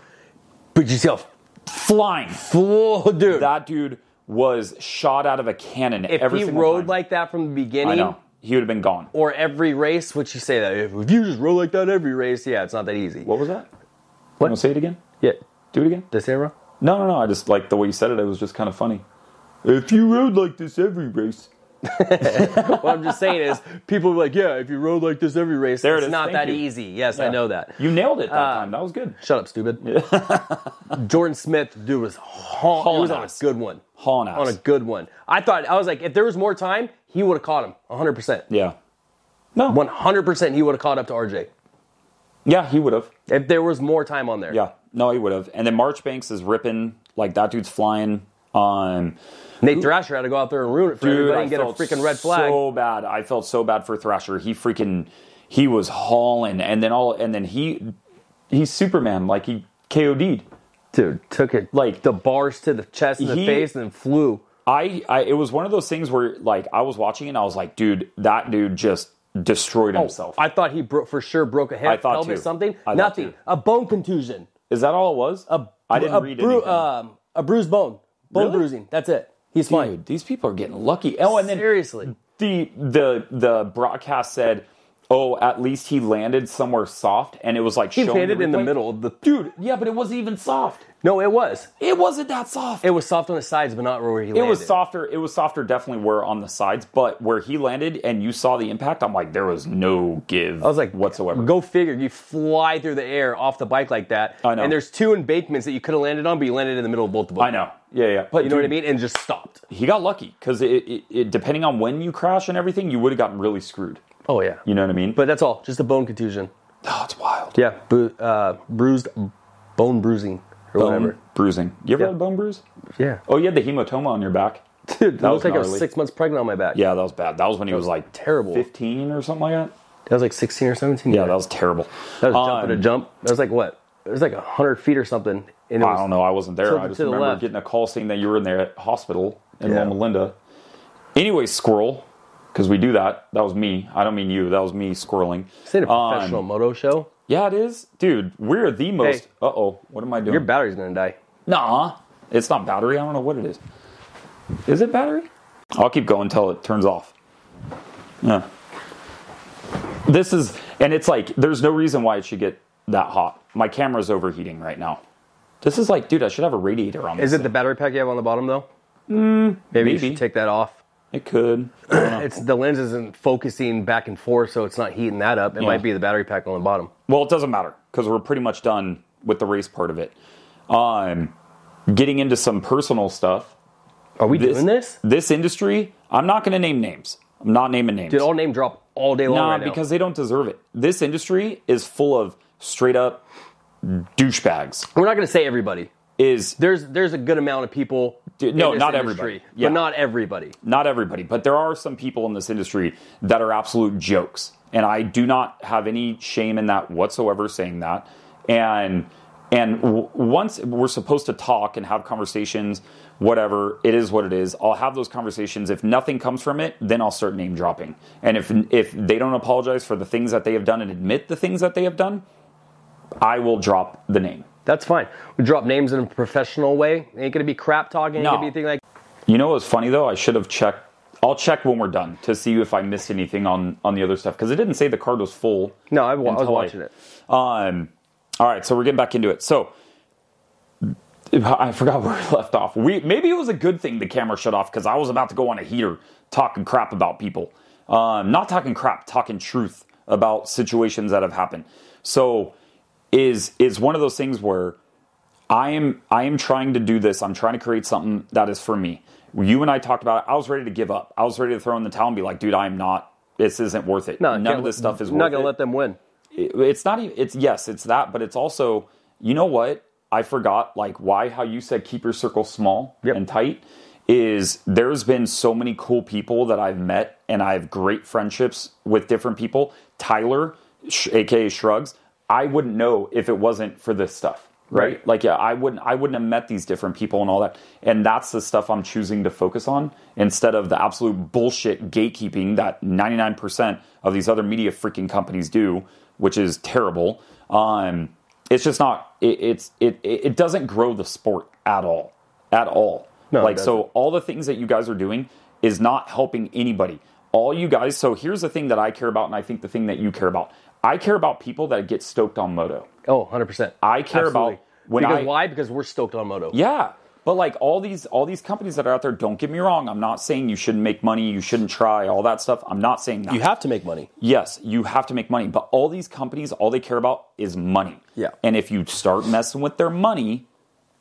But you see how flying. full, dude. That dude was shot out of a cannon if every he single rode time. like that from the beginning, I know he would have been gone. or every race, which you say that if, if you just rode like that every race, yeah, it's not that easy. What was that? What? say it again. yeah, Do it again. did I say it wrong? No, no, no. I just like the way you said it. It was just kind of funny. If you rode like this every race, what I'm just <laughs> saying is, people are like, yeah, if you rode like this every race, There it it's is. not Thank that you. easy. Yes, I know that. You nailed it that Ah. time. That was good. Shut <laughs> up, stupid. Jordan Smith, dude, was haul- he Hauling was on a ass. good one. Hauling On a ass. good one. I thought, I was like, if there was more time, he would have caught him 100%. yeah. No. 100% he would have caught up to RJ. Yeah, he would have. If there was more time on there. Yeah. No, he would have. And then Marchbanks is ripping. Like, that dude's flying. Um, Nate Thrasher had to go out there and ruin it for dude, everybody I and get a felt freaking red flag. So bad. I felt so bad for Thrasher. He freaking he was hauling, and then all, and then he he's Superman. Like he KOD'd. dude, took it Like- the bars to the chest and the He- face and then flew. I, I it was one of those things where like I was watching it, and I was like, dude, that dude just Oh. destroyed himself. I thought he bro- for sure broke a hip, I thought pelvis, too. something. I thought Nothing. too. A bone contusion. Is that all it was? I I didn't a read bru- anything. Um, a bruised bone. Bone Really? bruising. That's it. He's fine. Dude, these people are getting lucky. Oh, and then Seriously. the the the broadcast said, "Oh, at least he landed somewhere soft," and it was like He showing landed in the replay. middle of the. Dude, yeah, but it wasn't even soft. No, it was. It wasn't that soft. It was soft on the sides, but not where he It landed. was softer. It was softer, definitely where on the sides, but where he landed and you saw the impact, I'm like, there was no give. I was like, whatsoever. Go figure. You fly through the air off the bike like that. I know. And there's two embankments that you could have landed on, but you landed in the middle of both of them. I know. Yeah, yeah. But You know what I mean? And just stopped. He got lucky because it, it, it, depending on when you crash and everything, you would have gotten really screwed. Oh yeah. You know what I mean? But that's all. Just a bone contusion. oh, it's wild. Yeah. Bu- uh, bruised bone bruising or Bone whatever. bruising. You ever Yeah. had a bone bruise? Yeah. Oh, you had the hematoma on your back. Dude, that That was looks like I was gnarly. six months pregnant on my back. Yeah, that was bad. That was when he was like terrible. 15 or something like that. That was like 16 or 17. Yeah, that was terrible. that was jumping Um, a jump. That was like what? It was like 100 feet or something. And it I was- don't know. I wasn't there. to- I just to the remember left. getting a call saying that you were in the hospital in Yeah. Loma Linda. Anyway, squirrel, because we do that. That was me. I don't mean you. That was me squirreling. Is it a Um, professional moto show? yeah, it is. Dude, we're the most. Hey. Uh oh. What am I doing? Your battery's gonna die. Nah, it's not battery. I don't know what it is. Is it battery? I'll keep going until it turns off. Yeah. This is, and it's like, there's no reason why it should get that hot. My camera's overheating right now. This is like, dude, I should have a radiator on. Is this it the battery pack you have on the bottom though? maybe, you Mm, maybe. should take that off. It could. It's the lens isn't focusing back and forth, so it's not heating that up. It might be the battery pack on the bottom. Well, it doesn't matter because we're pretty much done with the race part of it. Um, getting into some personal stuff. Are we doing this? This industry, I'm not going to name names. I'm not naming names. Dude, I'll name drop all day long. Nah, right now. because they don't deserve it. This industry is full of straight up douchebags. we're not gonna say everybody. Is There's there's a good amount of people. Dude, no, in this not industry, everybody. Yeah. but not everybody. not everybody, but there are some people in this industry that are absolute jokes. And I do not have any shame in that whatsoever saying that. And and w- once we're supposed to talk and have conversations, whatever, it is what it is. I'll have those conversations. If nothing comes from it, then I'll start name dropping. And if if they don't apologize for the things that they have done and admit the things that they have done, I will drop the name. That's fine. We drop names in a professional way. Ain't gonna be crap talking. Ain't No. gonna be anything like. You know what's funny though? I should have checked. I'll check when we're done to see if I missed anything on on the other stuff because it didn't say the card was full. No, I, wa- I was until watching it. Um, all right, so we're getting back into it. So I forgot <laughs> where we left off. We maybe it was a good thing the camera shut off because I was about to go on a heater talking crap about people. Um, not talking crap, talking truth about situations that have happened. So is is one of those things where I am I am trying to do this. I'm trying to create something that is for me. You and I talked about it. I was ready to give up. I was ready to throw in the towel and be like, dude, I'm not. This isn't worth it. No, None can't- of this stuff is I'm Not worth gonna it let them win. it- it's not even it's yes it's that but it's also you know what i forgot like why how you said keep your circle small Yep. and tight is there's been so many cool people that i've met and i have great friendships with different people tyler sh- aka shrugs i wouldn't know if it wasn't for this stuff right? Right. like yeah i wouldn't i wouldn't have met these different people and all that and that's the stuff i'm choosing to focus on instead of the absolute bullshit gatekeeping that 99% of these other media freaking companies do which is terrible um it's just not it, it's it it it doesn't grow the sport at all at all No, it like doesn't. so all the things that you guys are doing is not helping anybody. All you guys, so here's the thing that I care about, and I think the thing that you care about. I care about people that get stoked on moto. Oh, 100 percent. I care about when because I- why? Because we're stoked on moto. Yeah. But like all these all these companies that are out there, don't get me wrong. I'm not saying you shouldn't make money, you shouldn't try all that stuff. I'm not saying that. You have to make money. yes, you have to make money, but all these companies, all they care about is money. Yeah. And if you start messing with their money,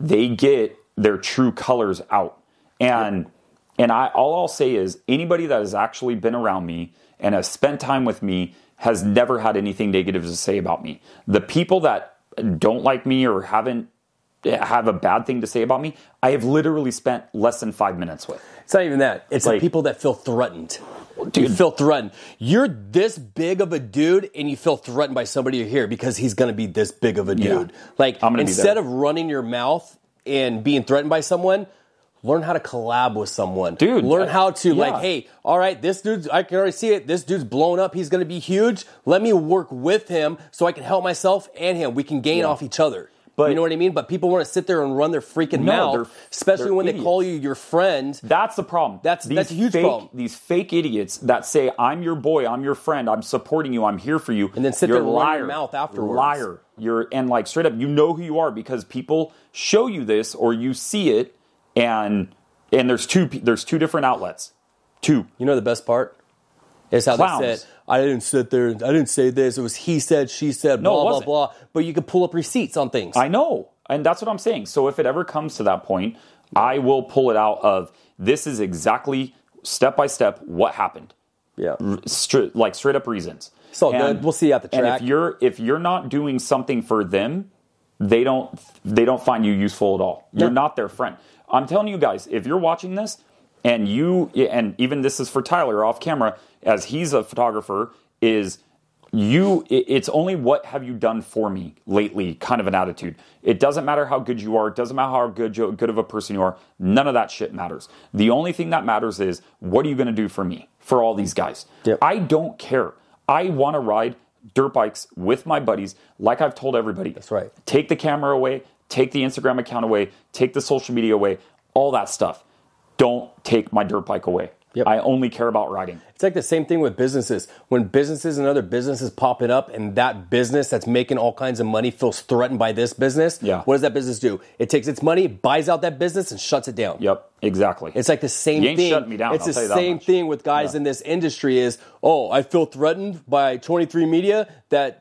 they get their true colors out. And and I all I'll say is anybody that has actually been around me and has spent time with me has never had anything negative to say about me. The people that don't like me or haven't have a bad thing to say about me, I have literally spent less than five minutes with. It's not even that. It's Like- the people that feel threatened. dude. You feel threatened. You're this big of a dude, and you feel threatened by somebody you hear because he's going to be this big of a Yeah. dude. Like I'm gonna be instead there. of running your mouth and being threatened by someone, learn how to collab with someone, Dude, Learn I- how to like, yeah. hey, all right, this dude's I can already see it. This dude's blown up. He's going to be huge. Let me work with him so I can help myself and him. We can gain off each other. But But- you know what I mean. But people want to sit there and run their freaking No, mouth, they're- especially they're when they call you idiots. your friend. That's the problem. That's- that's a huge fake, problem. These fake idiots that say, "I'm your boy, I'm your friend, I'm supporting you, I'm here for you," and then sit you're there a and run liar, your mouth You're a afterwards. liar. You're and like straight up, you know who you are because people show you this or you see it, and and there's two pe- there's two different outlets. Two. You know the best part is how Clowns. they said, "I didn't sit there. and I didn't say this. It was he said, she said, No, it blah wasn't. blah blah." But you could pull up receipts on things. I know, and that's what I'm saying. So if it ever comes to that point, I will pull it out of this is exactly step by step what happened. yeah, stri- like straight up reasons. So, good. We'll see you at the And track. if you're if you're not doing something for them, they don't they don't find you useful at all. You're No. not their friend. I'm telling you guys, if you're watching this and you and even this is for Tyler off camera as he's a photographer is you it- it's only what have you done for me lately kind of an attitude it doesn't matter how good you are it doesn't matter how good you, good of a person you are none of that shit matters the only thing that matters is what are you going to do for me for all these guys Yep. i don't care i want to ride dirt bikes with my buddies like i've told everybody that's right. take the camera away take the instagram account away take the social media away all that stuff don't take my dirt bike away Yep. i only care about riding It's like the same thing with businesses. When businesses and other businesses popping up, and that business that's making all kinds of money feels threatened by this business, Yeah. what does that business do? It takes its money, buys out that business, and shuts it down. yep exactly It's like the same You ain't thing. shutting me down, It's I'll the tell you that same much. thing with guys in this industry. Is oh, I feel threatened by 23 Media that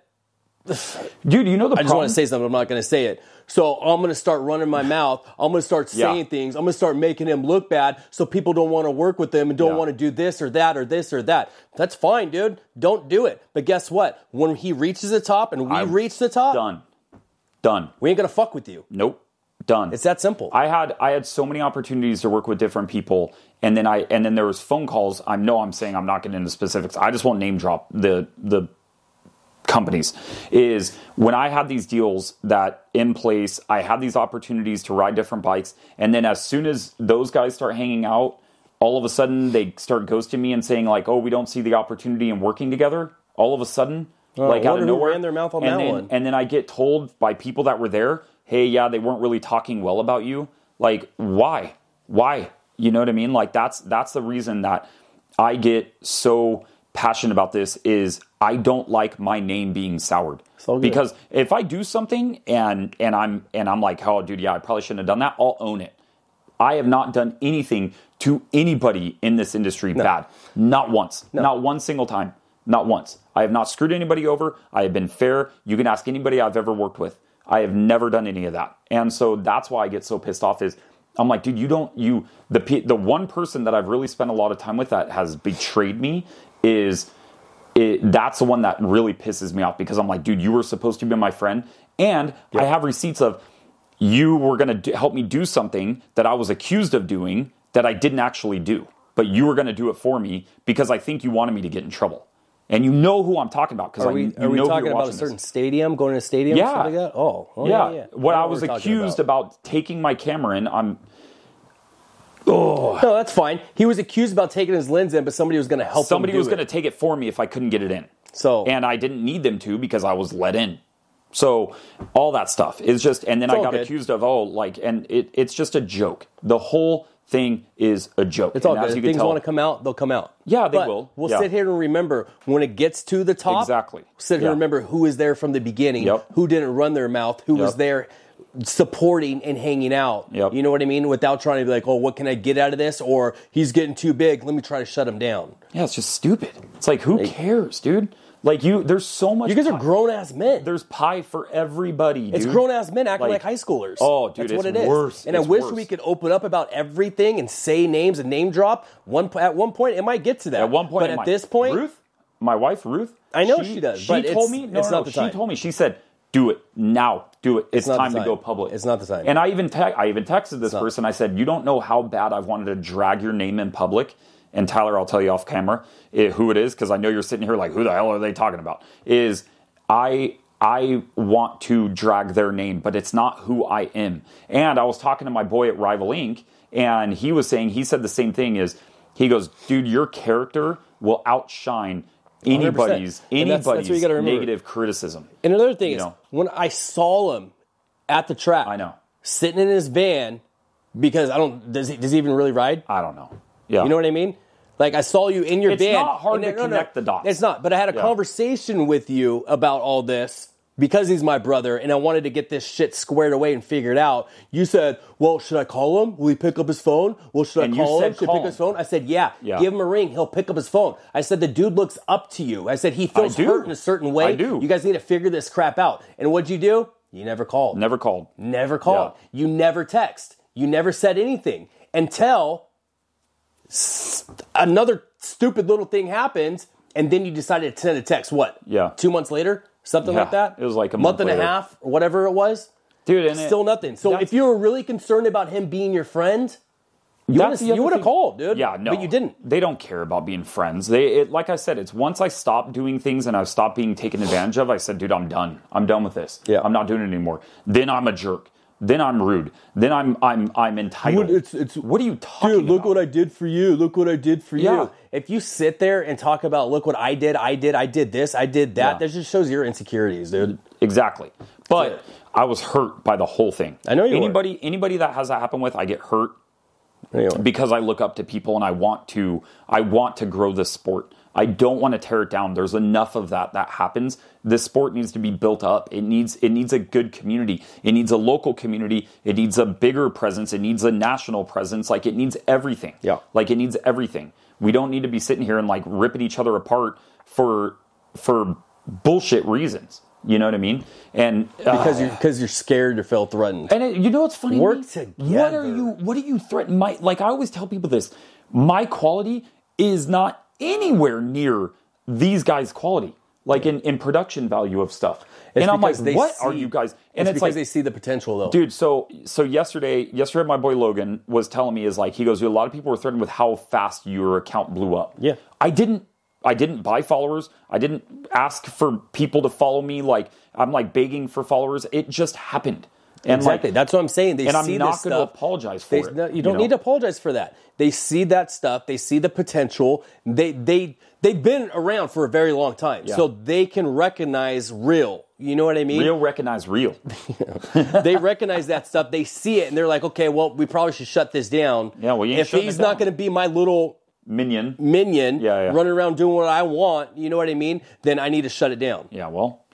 dude you know the I just want to say something. I'm not going to say it. So I'm going to start running my mouth. I'm going to start Yeah. saying things. I'm going to start making him look bad, so people don't want to work with him and don't Yeah. want to do this or that or this or that. That's fine, dude. Don't do it. But guess what? When he reaches the top and we I'm reach the top, done done we ain't going to fuck with you. nope done It's that simple. i had i had so many opportunities to work with different people and then i and then there was phone calls i know i'm saying i'm not getting into specifics i just won't name drop the the companies is when i had these deals that in place i had these opportunities to ride different bikes and then as soon as those guys start hanging out all of a sudden they start ghosting me and saying like oh we don't see the opportunity in working together all of a sudden like out Oh, wonder of who nowhere ran their mouth on and that then- one. and then I get told by people that were there, hey, yeah, they weren't really talking well about you. Like, why? Why? You know what I mean? Like that's that's the reason that I get so passionate about this is I don't like my name being soured. all good. Because if I do something and and I'm and I'm like, oh dude, yeah, I probably shouldn't have done that, I'll own it. I have not done anything to anybody in this industry bad. Not once. Not one single time. Not once. I have not screwed anybody over. I have been fair. You can ask anybody I've ever worked with. I have never done any of that. And so that's why I get so pissed off is I'm like, dude, you don't you the pe- the one person that I've really spent a lot of time with that has betrayed me is it, that's the one that really pisses me off because I'm like, dude, you were supposed to be my friend, and I have receipts of you were going to do, help me do something that I was accused of doing that I didn't actually do, but you were going to do it for me because I think you wanted me to get in trouble, and you know who I'm talking about because are I we, you are we know who talking you're about a watching certain this. stadium, going to a stadium, Yeah. stuff like that? Oh, oh, Yeah, yeah, yeah. what I know was we're talking accused about. taking my camera in, I'm No, that's fine. He was accused about taking his lens in, but somebody was going to help. somebody him do was it. going to take it for me if I couldn't get it in. So- and I didn't need them to because I was let in. So all that stuff is just, and then I all got good. accused of oh, like, and it, it's just a joke. The whole thing is a joke. It's all and good. As If you things can tell, want to come out, they'll come out. Yeah, they But will. We'll Yeah. sit here and remember when it gets to the top. Exactly. Sit here Yeah. and remember who was there from the beginning, Yep. who didn't run their mouth, who was Yep. there, supporting and hanging out. Yep. You know what I mean? Without trying to be like, oh, what can I get out of this? Or he's getting too big. Let me try to shut him down. Yeah, it's just stupid. It's like who cares, dude? Like you, there's so much. You guys pie- are grown ass men. There's pie for everybody. Dude. It's grown ass men acting Like- like, high schoolers. Oh, dude, that's it's what it is. worse. And It's I wish worse. we could open up about everything and say names and name drop. One po- at one point, it might get to that. At one point, but I'm at like, this point, Ruth, my wife Ruth, I know she does, She but told it's- me no, it's no, not the she time. told me she said, "Do it now, do it. It's, not the time, to time. go public. It's not the time. And I even te- I even texted this person. I said, "You don't know how bad I've wanted to drag your name in public." And Tyler, I'll tell you off camera eh, who it is because I know you're sitting here like, "Who the hell are they talking about?" Is I. I want to drag their name, but it's not who I am. And I was talking to my boy at Rival Inc., and he was saying, he said the same thing is, he goes, dude, your character will outshine anybody's 100%. And that's- that's what you anybody's gotta remember. negative criticism. And another thing is, know. when I saw him at the track, I know. sitting in his van because I don't does he does he even really ride? I don't know. Yeah, You know what I mean? Like I saw you in your It's van. not hard and to then- connect the dots. It's not, but I had a Yeah. conversation with you about all this because he's my brother and I wanted to get this shit squared away and figured out. You said, "Well, should I call him? Will he pick up his phone? Well, should And I you call said him? Should he call pick up his phone?" I said, "Yeah. Yeah. Give him a ring. He'll pick up his phone." I said, "The dude looks up to you." I said, "He feels do. hurt in a certain way." I do. You guys need to figure this crap out. And what'd you do? You never called. never called. Never called. You never text. You never said anything until st- another stupid little thing happened, and then you decided to send a text. What? Yeah. Two months later, something Yeah, like that. it was like a month month, and later. a half, or whatever it was. Dude, and it- Still nothing. So that's- if you were really concerned about him being your friend, you That's would've- the other you would have thing. called, dude. Yeah, no, but you didn't. They don't care about being friends. They, it, like I said, it's once I stopped doing things and I've stopped being taken advantage of. I said, dude, I'm done. I'm done with this. Yeah. I'm not doing it anymore. Then I'm a jerk. Then I'm rude. Then I'm I'm I'm entitled. Dude, it's- it's- what are you talking Dude, look about? what I did for you. Look what I did for Yeah. you. If you sit there and talk about, look what I did, I did, I did this, I did that, Yeah. that just shows your insecurities, dude. Exactly. But I was hurt by the whole thing. I know you were. Anybody anybody that has that happen with, I get hurt Anyway. because I look up to people and I want to I want to grow this sport. I don't want to tear it down. There's enough of that that happens. This sport needs to be built up. It needs it needs a good community. It needs a local community. It needs a bigger presence. It needs a national presence. Like it needs everything. Yeah. Like it needs everything. We don't need to be sitting here and like ripping each other apart for for bullshit reasons. You know what I mean? And uh, because you're because you're scared to feel threatened. And it, you know what's funny? Work Nate? What are together. you? What are you threatening? My like I always tell people this. My quality is not anywhere near these guys' quality, like in, in production value of stuff. and I'm like, because they what are see- you guys? And And it's, it's, because like, they see the potential though. dude. So so yesterday, yesterday, my boy Logan was telling me is like he goes, a lot of people were threatened with how fast your account blew up. Yeah. I didn't. I didn't buy followers. I didn't ask for people to follow me. Like I'm like begging for followers. It just happened. And exactly. like, That's what I'm saying. They and I'm see not this gonna stuff. apologize They- for it, no, you you don't know? need to apologize for that. They see that stuff. They see the potential. They they they've been around for a very long time, so they can recognize real. You know what I mean? Real recognize real. <laughs> they recognize that stuff. They see it, and they're like, okay, well, we probably should shut this down. Yeah, well, you ain't if shutting he's it not down. going to be my little Minion. minion Yeah, yeah. running around doing what I want, you know what I mean? Then I need to shut it down. Yeah, well,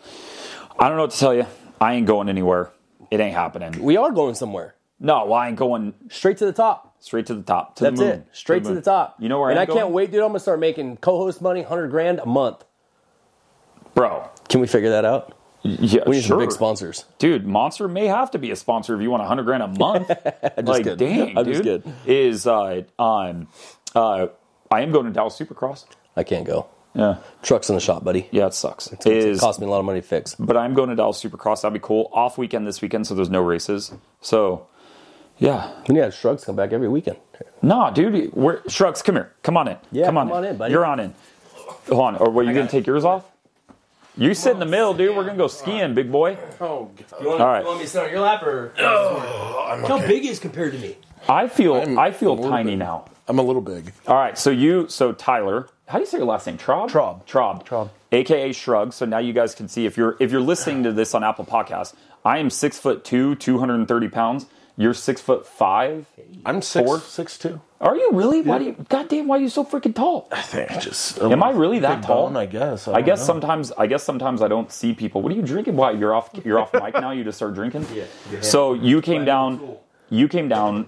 I don't know what to tell you. I ain't going anywhere. It ain't happening. We are going somewhere. No, well, I ain't going Straight to the top. straight to the top. To That's the moon. it. Straight to moon. the top. You know where And I'm I can't going? wait, dude. I'm gonna start making co-host money, hundred grand a month. bro. Can we figure that out? Yeah, We need sure. some big sponsors. dude. Monster may have to be a sponsor if you want hundred <laughs> grand a month. like, kidding. dang, I'm just dude. kidding. Is uh, um, uh, I am going to Dallas Supercross. I can't go. Yeah, Trucks in the shop, buddy. yeah, it sucks. It It is cost me a lot of money to fix. but I'm going to Dallas Supercross. That'd be cool. Off weekend this weekend, so there's no races. So, yeah, We need to have shrugs come back every weekend. Nah, dude. We're, Shrugs, come here. Come on in. Yeah, come on, come on in, buddy. You're on in. Hold on. Or were you going to got take yours off? You sit in the middle, dude. We're going to go skiing, big boy. Oh, God. want, All right. you want me to sit on your lap or I'm, how okay. big is compared to me? I feel i I'm feel a little tiny bit- now. I'm a little big. All right. So you, so Tyler, how do you say your last name? Trob? Trob. Trob. Trob. AKA Shrug. So now you guys can see if you're if you're listening to this on Apple Podcasts, I am six foot two, two hundred and thirty pounds. You're six foot five. I'm six Four? six two. Are you really? Why do you? Goddamn! Why are you so freaking tall? I think just Am I really that big tall? bone, I guess. I don't guess know. sometimes I guess sometimes I don't see people. What are you drinking? Why you're off you're off mic now? You just start drinking. Yeah. So you came down, you came down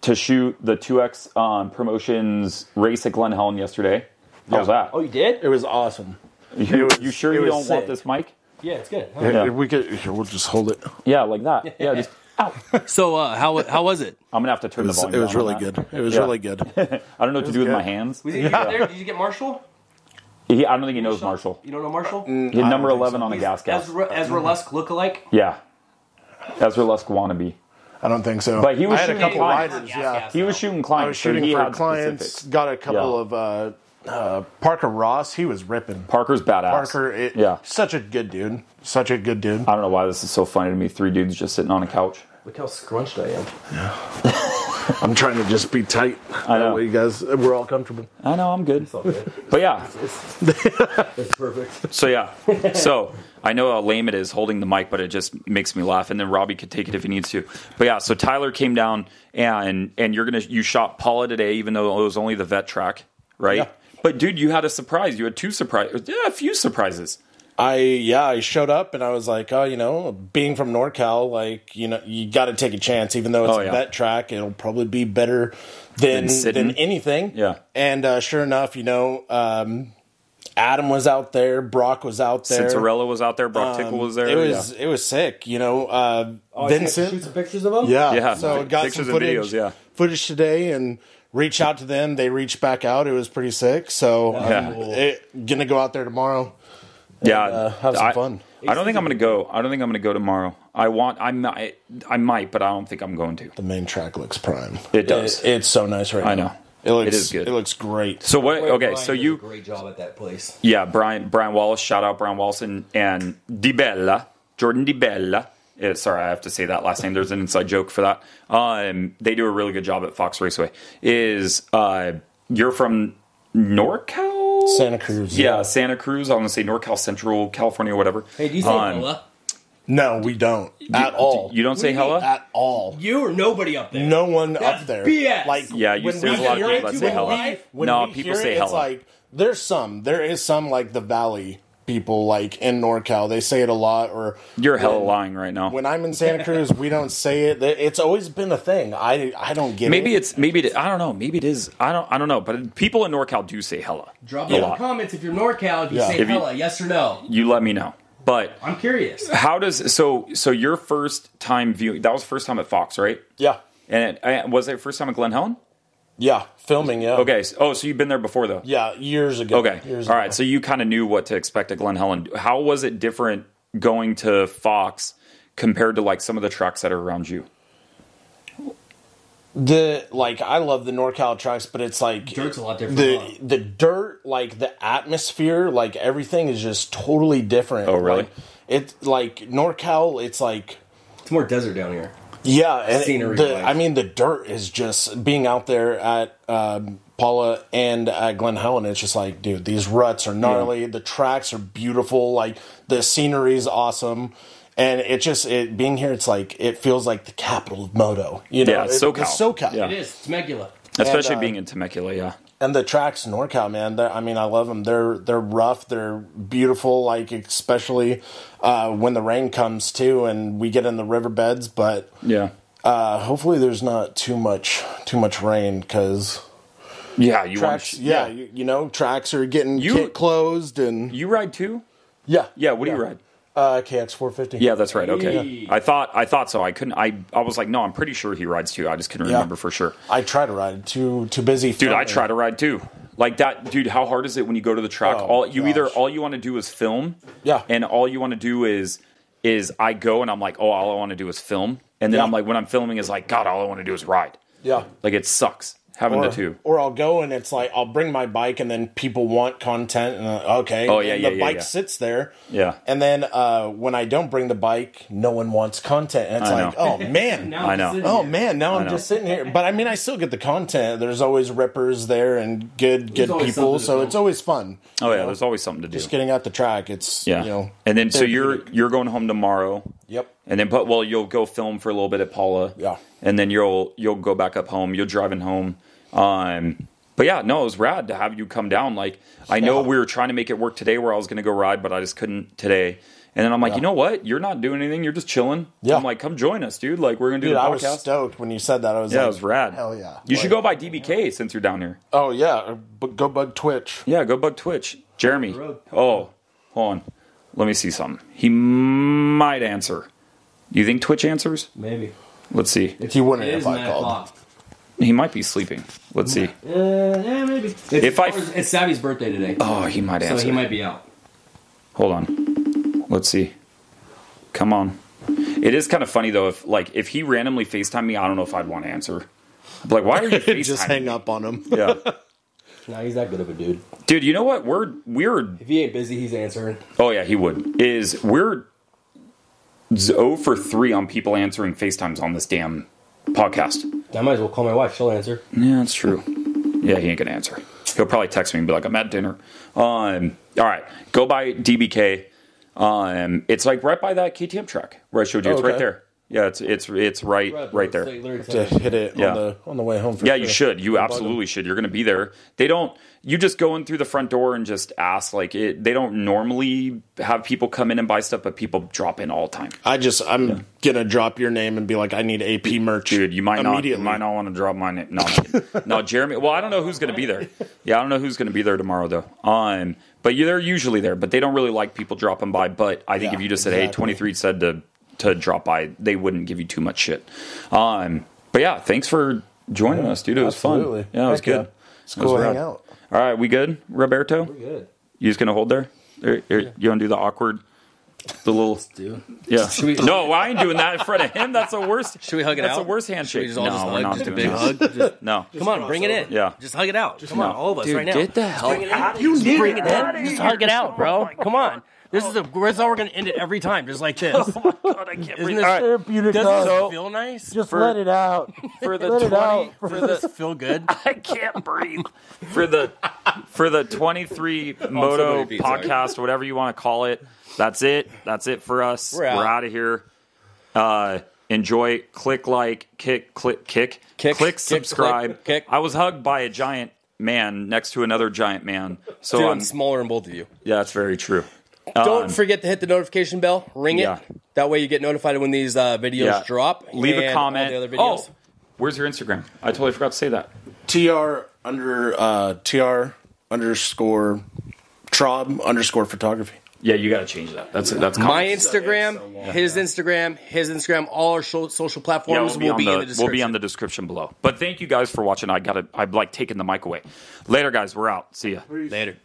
to shoot the two X um, promotions race at Glen Helen yesterday. How was that? Oh, you did? it was awesome. you, was- you sure it you was don't want sick. this mic? Yeah, it's good. Yeah. If we could, here, we'll just hold it. Yeah, like <laughs> that. Yeah, just ow. So uh, how how was it? I'm gonna have to turn It was, the it volume. was down on really that. good. It was Yeah. really good. I don't know what to do with good. my hands. Was it you there? Did you get Marshall? He, I don't think he knows Marshall. You don't know Marshall? Mm, He had number think eleven so. on the gas gas. Ezra, Mm-hmm. Ezra Lusk lookalike? Yeah, Ezra Lusk wannabe. I don't think so. But he was I had a shooting couple clients. riders. Gas, Yeah, gas. He was shooting clients. I was so Oh, shooting he for had clients. specifics. Got a couple Yeah. of uh, uh, Parker Ross. He was ripping. Parker's badass. Parker, it, Yeah. such a good dude. Such a good dude. I don't know why this is so funny to me. Three dudes just sitting on a couch. Look how scrunched I am. I'm trying to just be tight. I know. you guys, we're all comfortable. I know I'm good, It's all good. <laughs> but yeah. It's perfect. So <laughs> yeah. So I know how lame it is holding the mic, but it just makes me laugh. And then Robbie could take it if he needs to. But yeah. So Tyler came down, and and you're gonna you shot Paula today, even though it was only the vet track, right? Yeah. But dude, you had a surprise. You had two surprises. Yeah, a few surprises. I yeah, I showed up and I was like, oh, you know, being from NorCal, like you know, you got to take a chance, even though it's Oh, a yeah. vet track, it'll probably be better than Than sitting. than anything. Yeah. and uh, sure enough, you know, um, Adam was out there, Brock was out there, Um, Cinderella was out there. Brock Tickle was there. It was yeah. it was sick, you know. Uh, Oh, Shoot Vincent, some pictures of him? yeah, Yeah, So I got pictures and some footage, videos, yeah. footage today, and reached out to them. They reached back out. It was pretty sick. So Yeah. I'm it, gonna go out there tomorrow. yeah. uh, have some I- fun. I don't think I'm gonna go. I don't think I'm gonna go tomorrow. I want. I might. I might, but I don't think I'm going to. The main track looks prime. It does. It- it's so nice right I now. know. It looks It is good. It looks great. So what? Okay, Brian so does a you great job at that place. Yeah, Brian Brian Wallace. Shout out Brian Wallace and, and Di Bella, Jordan Di Bella. Eh, sorry, I have to say that last name. There's an inside joke for that. Um, they do a really good job at Fox Raceway. Is uh, you're from NorCal? Santa Cruz. Yeah, Santa Cruz. I'm gonna say NorCal Central California, or whatever. Hey, do you say Um, Noah? No, we don't at all. You don't say do you mean? hella. at all. You or nobody up there? No one That's up there. BS. Like Yeah, you when see we a lot hear of it, people that say when hella. we- when No, we people hear say it, hella. It's like there's some. There is some like the Valley people like in NorCal. They say it a lot. Or you're hella lying right now. when I'm in Santa Cruz, we don't say it. It's always been a thing. I I don't get Maybe it. it's maybe it, I don't know. Maybe it is. I don't I don't know. But people in NorCal do say hella. Drop a it in the lot. comments if you're NorCal, if you Yeah. say If you- hella, yes or no. You let me know. But I'm curious. how does so so your first time viewing that was first time at Fox, right? yeah And it, and was it first time at Glen Helen? yeah filming yeah Okay. So, oh, so you've been there before though. yeah years ago Okay. years All ago. right. So you kind of knew what to expect at Glen Helen. How was it different going to Fox compared to like some of the trucks that are around you? the like I love the NorCal tracks, but it's like Dirt's a lot different, huh? The the dirt, like the atmosphere, like everything is just totally different. Oh, really? Like, it's like NorCal. It's like <laughs> It's more desert down here. yeah, and it- Scenery the- wise. I mean, the dirt is just being out there at um, Paula and at Glen Helen. It's just like, dude, these ruts are gnarly. The tracks are beautiful. Like the scenery is awesome. And it just it being here, it's like it feels like the capital of moto. You know, Yeah, It- SoCal. it's SoCal. Yeah. It is. It's Megula. Especially uh, being in Temecula, yeah. and the tracks in NorCal, man. They're, I mean, I love them. They're they're rough. They're beautiful. Like especially uh, when the rain comes too, and we get in the riverbeds. But Yeah. uh, hopefully, there's not too much too much rain because Yeah, you want tracks. Yeah, You, you know, tracks are getting You- kit closed and you ride too? yeah, Yeah, what do you ride? Uh, KX four fifty. Yeah, that's right. Okay. Yeah. I thought I thought so. I couldn't I I was like, no, I'm pretty sure he rides too. I just couldn't remember for sure. I try to ride. Too too busy. Dude, I try to ride too. Like that, dude. How hard is it when you go to the track? Oh, all you either gosh. all you want to do is film, Yeah. and all you want to do is is I go and I'm like, oh, all I want to do is film, and then Yeah. I'm like, when I'm filming is like, God, all I want to do is ride. Yeah. Like it sucks having Or, the two. or I'll go and it's like I'll bring my bike and then people want content and uh, okay, oh yeah, and yeah, the yeah, bike yeah. sits there, Yeah. and then uh, when I don't bring the bike, no one wants content, and it's I like know. oh <laughs> man, Now I I'm know. sitting oh here. man, now I'm know. just sitting here. But I mean, I still get the content. There's always rippers there and good good always something people, to so film. it's always fun. Oh yeah, Oh, there's always something to do. Just getting out the track, it's yeah. you know, and then so therapeutic. you're you're going home tomorrow. Yep. and then but well you'll go film for a little bit at Paula. Yeah. And then you'll you'll go back up home. You'll driving home. Um but yeah, no, it was rad to have you come down. Like I know Yeah. we were trying to make it work today where I was gonna go ride, but I just couldn't today. And then I'm like, you know what? You're not doing anything, you're just chilling. Yeah. I'm like, come join us, dude. Like we're gonna do Dude, the I podcast. was stoked when you said that. I was yeah, like, it was rad. Hell yeah. You should go Like- by DBK since you're down here. Oh yeah, or bu- go bug Twitch. Yeah, go bug Twitch. Jeremy. road. Oh, hold on. Let me see something. He might answer. Do you think Twitch answers? Maybe. Let's see. He wouldn't It is if nine I called. o'clock. He might be sleeping. Let's see. Uh, yeah, maybe. It's, If I- it's Savvy's birthday today, Oh, he might so answer. he might be out. Hold on. Let's see. Come on. It is kind of funny though. If like if he randomly Facetime me, I don't know if I'd want to answer. I'd be like, why are <laughs> you Facetiming? Just hang up on him. Yeah, No, he's that good of a dude. dude. You know what? We're we're. If he ain't busy, he's answering. Oh yeah, he would. Is we're zero for three on people answering Facetimes on this damn podcast. I might as well call my wife. She'll answer. Yeah, that's true. Yeah, he ain't gonna answer. He'll probably text me and be like, "I'm at dinner." Um, all right, go by DBK. Um, it's like right by that KTM track where I showed you. It's right okay. there. Yeah, it's it's it's right right there. Say, Larry, tell To him. hit it Yeah. on the on the way home. For Yeah, sure. you should. You absolutely should. You're going to be there. They don't. You just go in through the front door and just ask. Like it, they don't normally have people come in and buy stuff, but people drop in all the time. I just I'm gonna drop your name and be like, I need AP merch. Dude, you might not you immediately. might not want to drop my name. No, I'm kidding. <laughs> no, Jeremy. Well, I don't know who's going to be there. Yeah, I don't know who's going to be there tomorrow though. Um, but you, they're usually there, but they don't really like people dropping by. But I think Yeah, if you just said, "Hey, exactly. 23 said to to drop by," they wouldn't give you too much shit. Um, but yeah, thanks for joining us, dude. It was absolutely. fun. Yeah, it was Heck yeah. good. It's It was cool to rad. hang out. All right, we good, Roberto? Good. You just gonna hold there? Or- or You want to do the awkward, the little? Dude. Yeah. we- no, I ain't doing that in front of him. That's the worst. Should we hug it That's out? the worst handshake. Should we just all no, just we're hug? not just a doing big that. <laughs> hug. Just- No. come on, bring it in. Yeah. Just hug it out. come on, all of us Dude, right now. get the hell out. You just bring it in. Just hug it out, bro. Come on. This is a. That's how we're gonna end it every time, just like this. Isn't this Therapeutic doesn't dose. this feel nice? Just let it out. <laughs> for the Let it out. Does this feel good? I can't breathe. For the for the <laughs> 23 Moto somebody beats out. podcast, whatever you want to call it. That's it. That's it for us. We're out. of here. Uh, enjoy. Click like. Kick. Click. Kick. Kick, click. kick, Subscribe. click, kick. I was hugged by a giant man next to another giant man. So Dude, I'm, I'm smaller than both of you. yeah, that's very true. Don't Um, forget to hit the notification bell. Ring Yeah. it. That way you get notified when these uh, videos yeah. drop. Leave and a all comment. The other videos. Oh, where's your Instagram? I totally forgot to say that. Tr under uh, tr underscore trob underscore photography. Yeah, you got to change that. That's it. That's My comments. Instagram, his Instagram, his Instagram, all our sho- social Yeah, platforms we'll will be, on in the the, description. we'll be on the description below. But thank you guys for watching. I got to I'm like taking the mic away. Later, guys. We're out. See ya. Later.